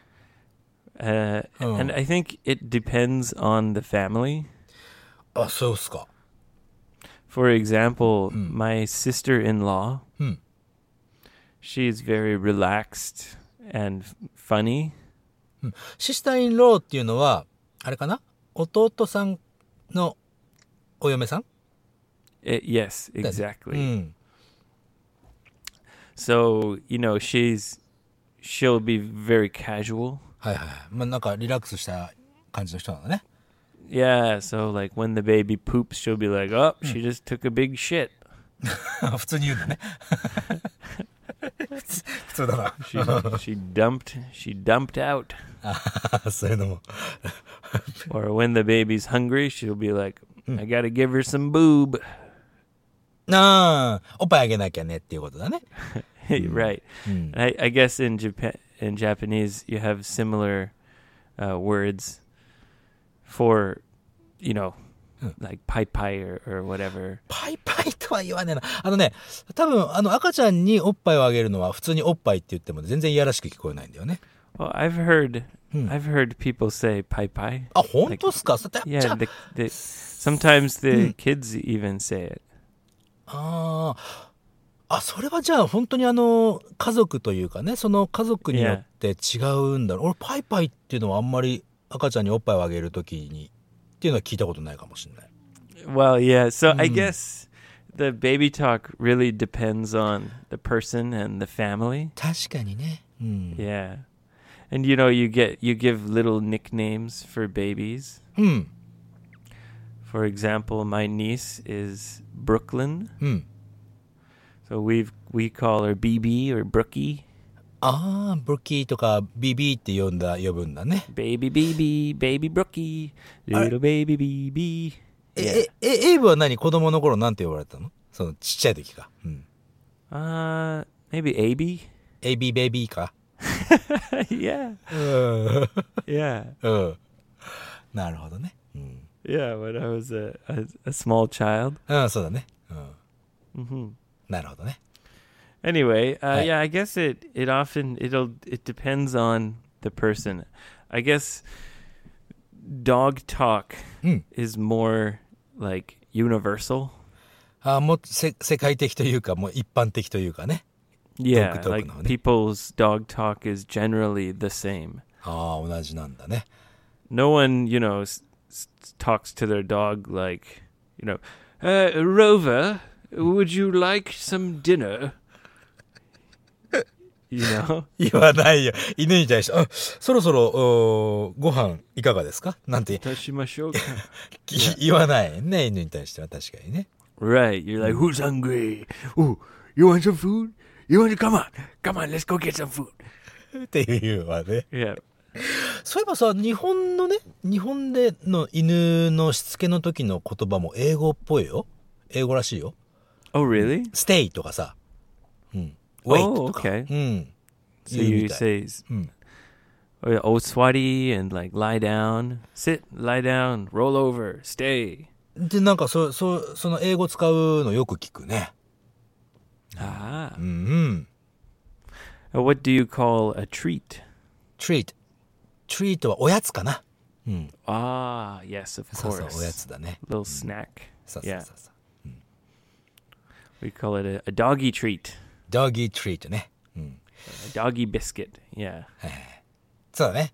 Speaker 2: Uh, And I think it depends on the family.
Speaker 3: あ、そうっすか。
Speaker 2: For example, my sister in law,
Speaker 3: Hmm.
Speaker 2: she's very relaxed and f- funny.
Speaker 3: シスタインローっていうのは、あれかな弟さんのお嫁さん
Speaker 2: Eh, yes,
Speaker 3: う
Speaker 2: exactly.
Speaker 3: ん。
Speaker 2: So, you know, she's she'll be very casual.
Speaker 3: はいはいはい。まあ、なんかリラックスした感じの人なのね。
Speaker 2: Yeah, so like when the baby poops, she'll be like, "Oh, she just took a big shit."
Speaker 3: 普通に言うのね。 普通普通だな。
Speaker 2: She she dumped, she dumped out.
Speaker 3: あそういうのも。
Speaker 2: Or when the baby's hungry, she'll be like, "I got to give her some boob."
Speaker 3: なあ、おっぱいあげなきゃねっていうことだね。
Speaker 2: right. And I, I guess in Japan, in Japanese, you have similar uh, words for, you know, like pai pai or, or whatever.
Speaker 3: パイパイとは言わねえな。あのね、多分、あの、赤ちゃんにおっぱいをあげるのは、普通におっぱいって言っても全然いやらしく聞こえないんだよね。
Speaker 2: Well, I've heard, I've heard people say pai pai.
Speaker 3: あ、本当っすかさて、じゃ
Speaker 2: Yeah,
Speaker 3: あ、
Speaker 2: the, the, sometimes the kids even say it.
Speaker 3: あーあ、それはじゃあ、本当にあの、家族というかね、その家族によって違うんだろう。俺、パイパイっていうのはあんまり赤ちゃんにおっぱいをあげるときに、っていうのは聞いたことないかもしれない。
Speaker 2: Well, yeah. So I guess the baby talk really depends on the person and the family.
Speaker 3: 確かにね。うん。
Speaker 2: Yeah. And you know, you get you give little nicknames for babies.
Speaker 3: うん。
Speaker 2: For example, my niece is Brooklyn,
Speaker 3: うん。
Speaker 2: so we've we call her BB or Brookie.
Speaker 3: ああ、ブッキーとか、ビビーって呼んだ、呼ぶんだね。
Speaker 2: Baby BB, baby Brookie, little baby BB.
Speaker 3: え
Speaker 2: Yeah.
Speaker 3: え、え、エイブは何子供の頃なんて呼ばれてたのそのちっちゃい時か。うん。
Speaker 2: Uh, maybe AB.
Speaker 3: エイビーベイビーか。
Speaker 2: yeah,
Speaker 3: うん。
Speaker 2: yeah.
Speaker 3: うん。なるほどね。うん。
Speaker 2: Yeah, when I was a, a, a small child.
Speaker 3: うん、そうだね。うん。
Speaker 2: hmm
Speaker 3: なるほどね。
Speaker 2: Anyway, uh,
Speaker 3: Right.
Speaker 2: yeah, I guess it, it often it'll it depends on the person. I guess dog talk
Speaker 3: Mm.
Speaker 2: is more like universal.
Speaker 3: あーもうせ世界的というか、もう一般的というかね。
Speaker 2: Yeah,
Speaker 3: talk,
Speaker 2: like
Speaker 3: no, ne?
Speaker 2: people's dog talk is generally the same.
Speaker 3: ああ、同じなんだね。
Speaker 2: No one, you know, s- s- talks to their dog like, you know, uh, Rover, would you like some dinner? you know?
Speaker 3: 言わないよ。犬に対して、あそろそろ、おーご飯いかがですかなんて
Speaker 2: "出しましょうか?"
Speaker 3: き言わないね、犬に対しては確かにね。
Speaker 2: Right. You're like, who's hungry? Ooh, you want some food? You want to come on? Come on, let's go get some food.
Speaker 3: っていうわね。
Speaker 2: Yeah.
Speaker 3: そういえばさ、日本のね、日本での犬のしつけの時の言葉も英語っぽいよ。英語らしいよ。
Speaker 2: Oh, really?
Speaker 3: stay とかさ。うん。wait と
Speaker 2: Oh,
Speaker 3: か。
Speaker 2: okay.
Speaker 3: うん。
Speaker 2: So
Speaker 3: 言うみ
Speaker 2: you
Speaker 3: たい
Speaker 2: say,
Speaker 3: Hmm.
Speaker 2: oh, yeah, oh, swati, and like lie down, sit, lie down, roll over, stay.
Speaker 3: で、なんかそ、そ、その英語使うのよく聞くね。
Speaker 2: Ah.
Speaker 3: うんうん。
Speaker 2: Uh, What do you call a treat?
Speaker 3: treat。treat はおやつかな。
Speaker 2: Ah, yes, of
Speaker 3: そうそう
Speaker 2: course.、
Speaker 3: おやつだね。
Speaker 2: Little snack.
Speaker 3: そうそう
Speaker 2: Yeah.
Speaker 3: そうそう。
Speaker 2: We call it a, a doggy treat,
Speaker 3: doggy treat ね。
Speaker 2: a doggy biscuit. Yeah.
Speaker 3: そうだね。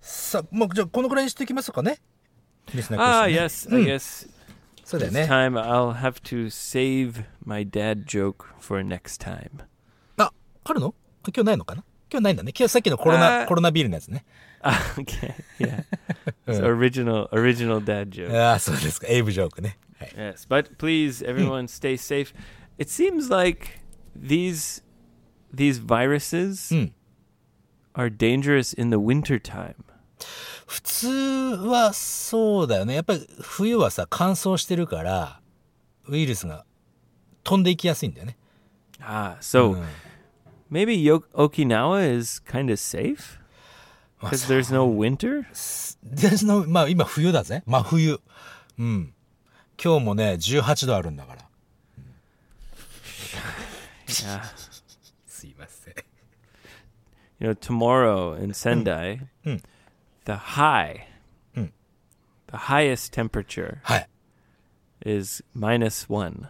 Speaker 3: さ、もうじゃあこのくらいにしておきますかね。リスナークエスチョンね
Speaker 2: Ah, yes, I guess
Speaker 3: そうだよ
Speaker 2: Next
Speaker 3: ね。
Speaker 2: time I'll have to save my dad joke for next time.
Speaker 3: あ、あるのあ今日ないのかな今日ないんだね。今日さっきのコロ
Speaker 2: あー
Speaker 3: ナ、コロナビールのやつね。
Speaker 2: Ah, okay, yeah. It's original original dad joke.
Speaker 3: ああ、そうですか。エイブジョークね。はい。
Speaker 2: Yes, but please everyone stay safe. It seems like these these viruses
Speaker 3: Mm.
Speaker 2: are dangerous in the winter time.
Speaker 3: 普通はそうだよね。やっぱり冬はさ、乾燥してるから、ウイルスが飛んでいきやすいんだよね。
Speaker 2: Ah, so
Speaker 3: Mm.
Speaker 2: maybe Yo- Okinawa is kind of safe because there's no winter.
Speaker 3: で、その、まあ今冬だぜ。真冬。うん。今日もね、18度あるんだから。
Speaker 2: Yeah.
Speaker 3: すいません。
Speaker 2: you know, tomorrow in Sendai,
Speaker 3: Mm.
Speaker 2: the high,
Speaker 3: Mm.
Speaker 2: the highest temperature
Speaker 3: はい。
Speaker 2: is minus one.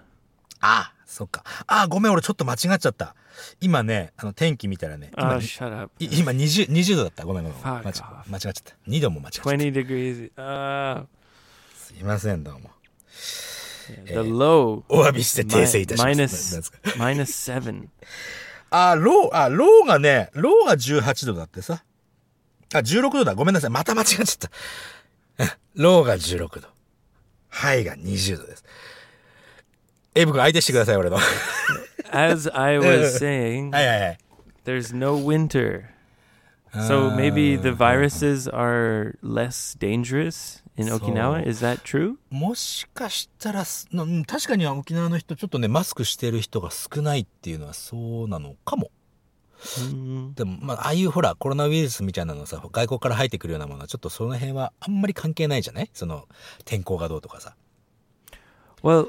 Speaker 3: ああ、そっか。ああ、ごめん、俺ちょっと間違っちゃった。今ね、あの天気見たらね、今
Speaker 2: Oh,
Speaker 3: ね
Speaker 2: shut up.
Speaker 3: い今20、20度だった。ごめんごめん。
Speaker 2: Fuck
Speaker 3: 間違
Speaker 2: off.
Speaker 3: 間違っちゃった。2度も間違っちゃった。
Speaker 2: 20 degrees. Uh,
Speaker 3: すいません、どうも。
Speaker 2: the
Speaker 3: Eh.
Speaker 2: low.
Speaker 3: お詫びして
Speaker 2: mi-
Speaker 3: 訂正いたします。 ななんです
Speaker 2: minus,
Speaker 3: か
Speaker 2: minus seven.
Speaker 3: あ、ロー、あ、ローがね、ローが18度だってさ。あ、16度だ。ごめんなさい。また間違っちゃった。うん ローが16度。ハイが20度です。エイブ君相手してください、俺の。は
Speaker 2: As I was saying,
Speaker 3: いはいはい。
Speaker 2: there's no winter.
Speaker 3: Ah,
Speaker 2: So maybe the viruses are less dangerous in Okinawa.
Speaker 3: So-
Speaker 2: Is that true?
Speaker 3: もしかしたらす、なうん確かに沖縄の人、ちょっとね、マスクしてる人が少ないっていうのはそうなのかも。でも、まあ、ああいうほら、コロナウイルスみたいなのさ、外国から入ってくるようなものは、ちょっとその辺はあんまり関係ないじゃないその、天候がどうとかさ。
Speaker 2: Well,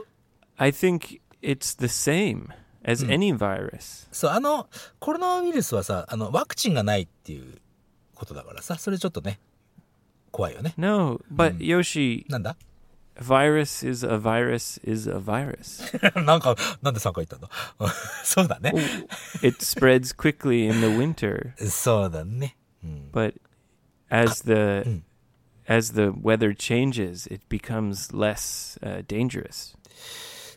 Speaker 2: I think it's the same as
Speaker 3: Mm.
Speaker 2: any virus.
Speaker 3: そう、あの、コロナウイルスはさ、あの、ワクチンがないっていうことだからさ、それちょっとね、怖いよね。
Speaker 2: No, but Yoshi,
Speaker 3: なんだ
Speaker 2: a virus is a virus is a virus.
Speaker 3: なんか、なんで参加行ったんだ そうだね。
Speaker 2: it spreads quickly in the winter,
Speaker 3: そうだね。
Speaker 2: but as the as the weather changes, it becomes less uh, dangerous.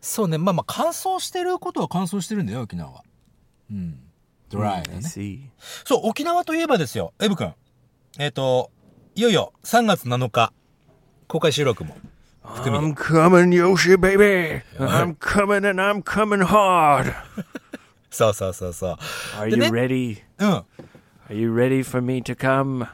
Speaker 3: そうね。まあまあ、乾燥してることは乾燥してるんだよ、沖縄は。うん。ドライだ
Speaker 2: I
Speaker 3: ね。
Speaker 2: see.
Speaker 3: そう、沖縄といえばですよ、エブ君。えっ、と、いよいよ3月7日、公開収録も。
Speaker 2: I'm coming, Yoshi, baby. I'm coming and I'm coming hard.
Speaker 3: そうそうそうそう。
Speaker 2: Are
Speaker 3: で
Speaker 2: you
Speaker 3: ね
Speaker 2: ready?
Speaker 3: うん。
Speaker 2: Are you ready for me to come?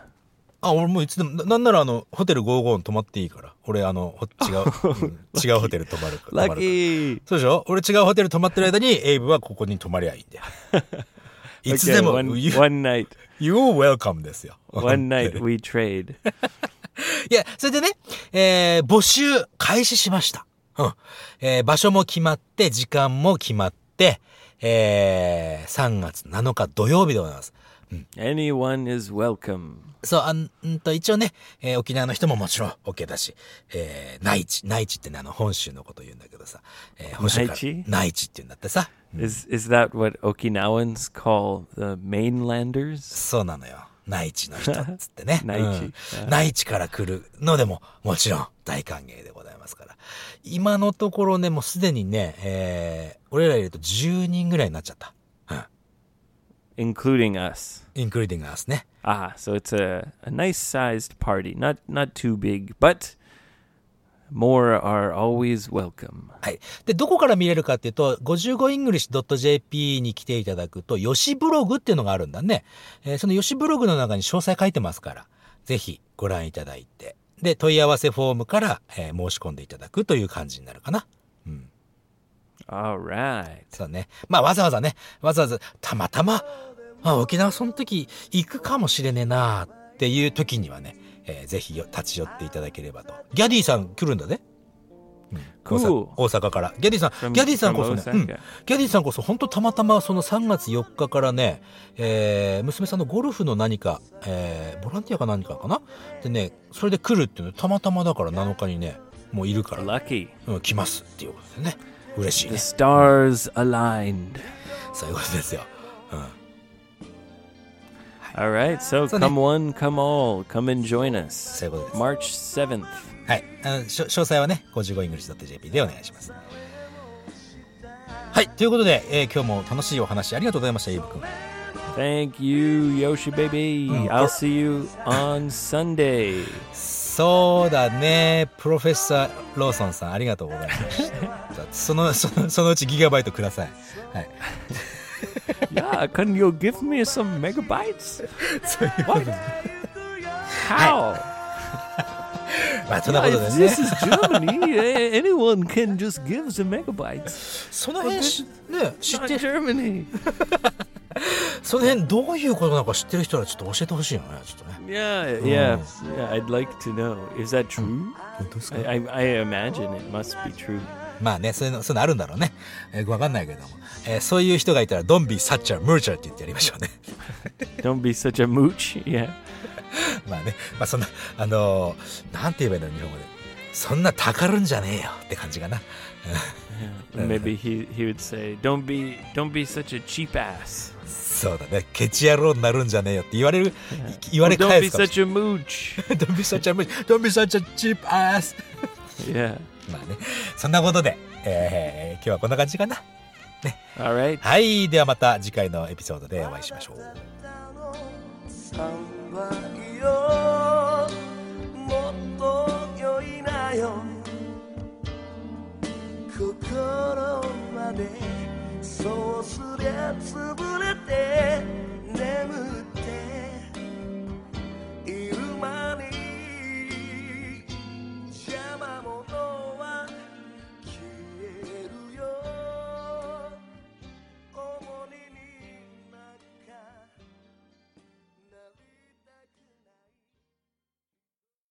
Speaker 3: あ、俺もういつでも、ななんならあの、ホテル55に泊まっていいから。俺あの、ほ違う、うん違うホテル泊まるから。泊まるから
Speaker 2: Lucky.
Speaker 3: そうでしょ俺違うホテル泊まってる間に、エイブはここに泊まりゃいいんだよ。 いつ
Speaker 2: Okay,
Speaker 3: でも、
Speaker 2: one,
Speaker 3: you,
Speaker 2: one night. Oh,
Speaker 3: you're welcome ですよ。
Speaker 2: One night we trade.
Speaker 3: いや、それでね、えー募集開始しました。うん。えー場所も決まって、時間も決まって、えー3月7日土曜日でございます。
Speaker 2: Anyone is welcome.
Speaker 3: そう、あんんと、一応ね、えー沖縄の人ももちろん OK だし、えー内地、内地ってね、あの、本州のこと言うんだけどさ、えー本州から
Speaker 2: 内地
Speaker 3: 内地って言うんだってさ、
Speaker 2: Is is that what Okinawans call the mainlanders?。
Speaker 3: そうなのよ。内地の人っつってね
Speaker 2: 内地
Speaker 3: うん内地から来るのでも、もちろん大歓迎でございますから。今のところね、もうすでにね、えー、俺ら入れると10人ぐらいになっちゃった。
Speaker 2: including us.
Speaker 3: インクルーディングアスね。
Speaker 2: Ah, so it's a, a nice sized party. Not not too big, but more are always welcome.
Speaker 3: はい。で、どこから見れるかっていうと、55english.jp に来ていただくと、ヨシブログっていうのがあるんだね。えーそのヨシブログの中に詳細書いてますから、ぜひご覧いただいて。で、問い合わせフォームから、えー申し込んでいただくという感じになるかな。
Speaker 2: All right.
Speaker 3: そうね。まあわざわざね、わざわざ、たまたま、あ、沖縄その時行くかもしれねえなっていう時にはね、えーぜひよ立ち寄っていただければと。ギャディさん来るんだね。大阪
Speaker 2: Cool.
Speaker 3: 大阪から。ギャディさ
Speaker 2: From-
Speaker 3: ん、ギャディさんこそね、
Speaker 2: from
Speaker 3: う
Speaker 2: Osaka
Speaker 3: ん、ギャディさんこそ本当たまたまその3月4日からね、えー娘さんのゴルフの何か、えーボランティアか何かかなでね、それで来るっていうのたまたまだから7日にね、もういるから、
Speaker 2: Lucky.
Speaker 3: うん、来ますっていうことでね、嬉しい
Speaker 2: The
Speaker 3: ね。
Speaker 2: stars aligned.
Speaker 3: そういうことですよ。うん。
Speaker 2: All right, so
Speaker 3: So-
Speaker 2: come one, come all, come and join us.
Speaker 3: そういうことです。
Speaker 2: March 7th.
Speaker 3: はい。あの、しょ詳細はね、55english.jp でお願いします。はい。ということで、えー今日も楽しいお話ありがとうございました、ゆうぶくん。
Speaker 2: Thank you, Yoshi baby. I'll see you on Sunday.
Speaker 3: そうだね、プロフェッサー・ローソンさん、ありがとうございました。その、その、そのうちギガバイトください。はい。
Speaker 2: Yeah, can you give me some megabytes?
Speaker 3: そういうこと
Speaker 2: What?
Speaker 3: で
Speaker 2: How?
Speaker 3: まあ、そんなことで
Speaker 2: If
Speaker 3: ね
Speaker 2: this。is Germany, a- anyone can just give the megabytes.
Speaker 3: その辺し、ね、知っ
Speaker 2: Not
Speaker 3: てる、
Speaker 2: Germany.
Speaker 3: その辺どういうことなのか知ってる人はちょっと教えてほしいよね、ちょっとね。
Speaker 2: Yeah, yeah, yeah. I'd like to know. Is that true?
Speaker 3: 本当です
Speaker 2: I, I, I imagine it must be true.
Speaker 3: まあね、そういうの、そういうのあるんだろうね。えー、わかんないけども。えーそういう人がいたら、ドンビー、サッチャー、ムーチャーって言ってやりましょうね。
Speaker 2: Don't be such a mooch. Yeah.
Speaker 3: まあね、まあそんな、あのーなんて言えばいいの、日本語で。そんなたかるんじゃねえよって感じかな。
Speaker 2: Maybe he, he would say, "Don't be don't be such a cheap ass."
Speaker 3: そうだね、ケチ野郎になるんじゃねえよって言われる、い言わ
Speaker 2: Or
Speaker 3: れ
Speaker 2: don't
Speaker 3: 返
Speaker 2: be
Speaker 3: すかもし
Speaker 2: such a mooch.
Speaker 3: れない。ドンビー、サッチャー、ムーチャー、ドンビー、サッチャー、チープアース。
Speaker 2: yeah.
Speaker 3: まあね、そんなことで、えー今日はこんな感じかな。
Speaker 2: All right.
Speaker 3: はい、ではまた次回のエピソードでお会いしましょう。
Speaker 1: 三倍よもっと酔いなよ心までそうすりゃ潰れて眠っ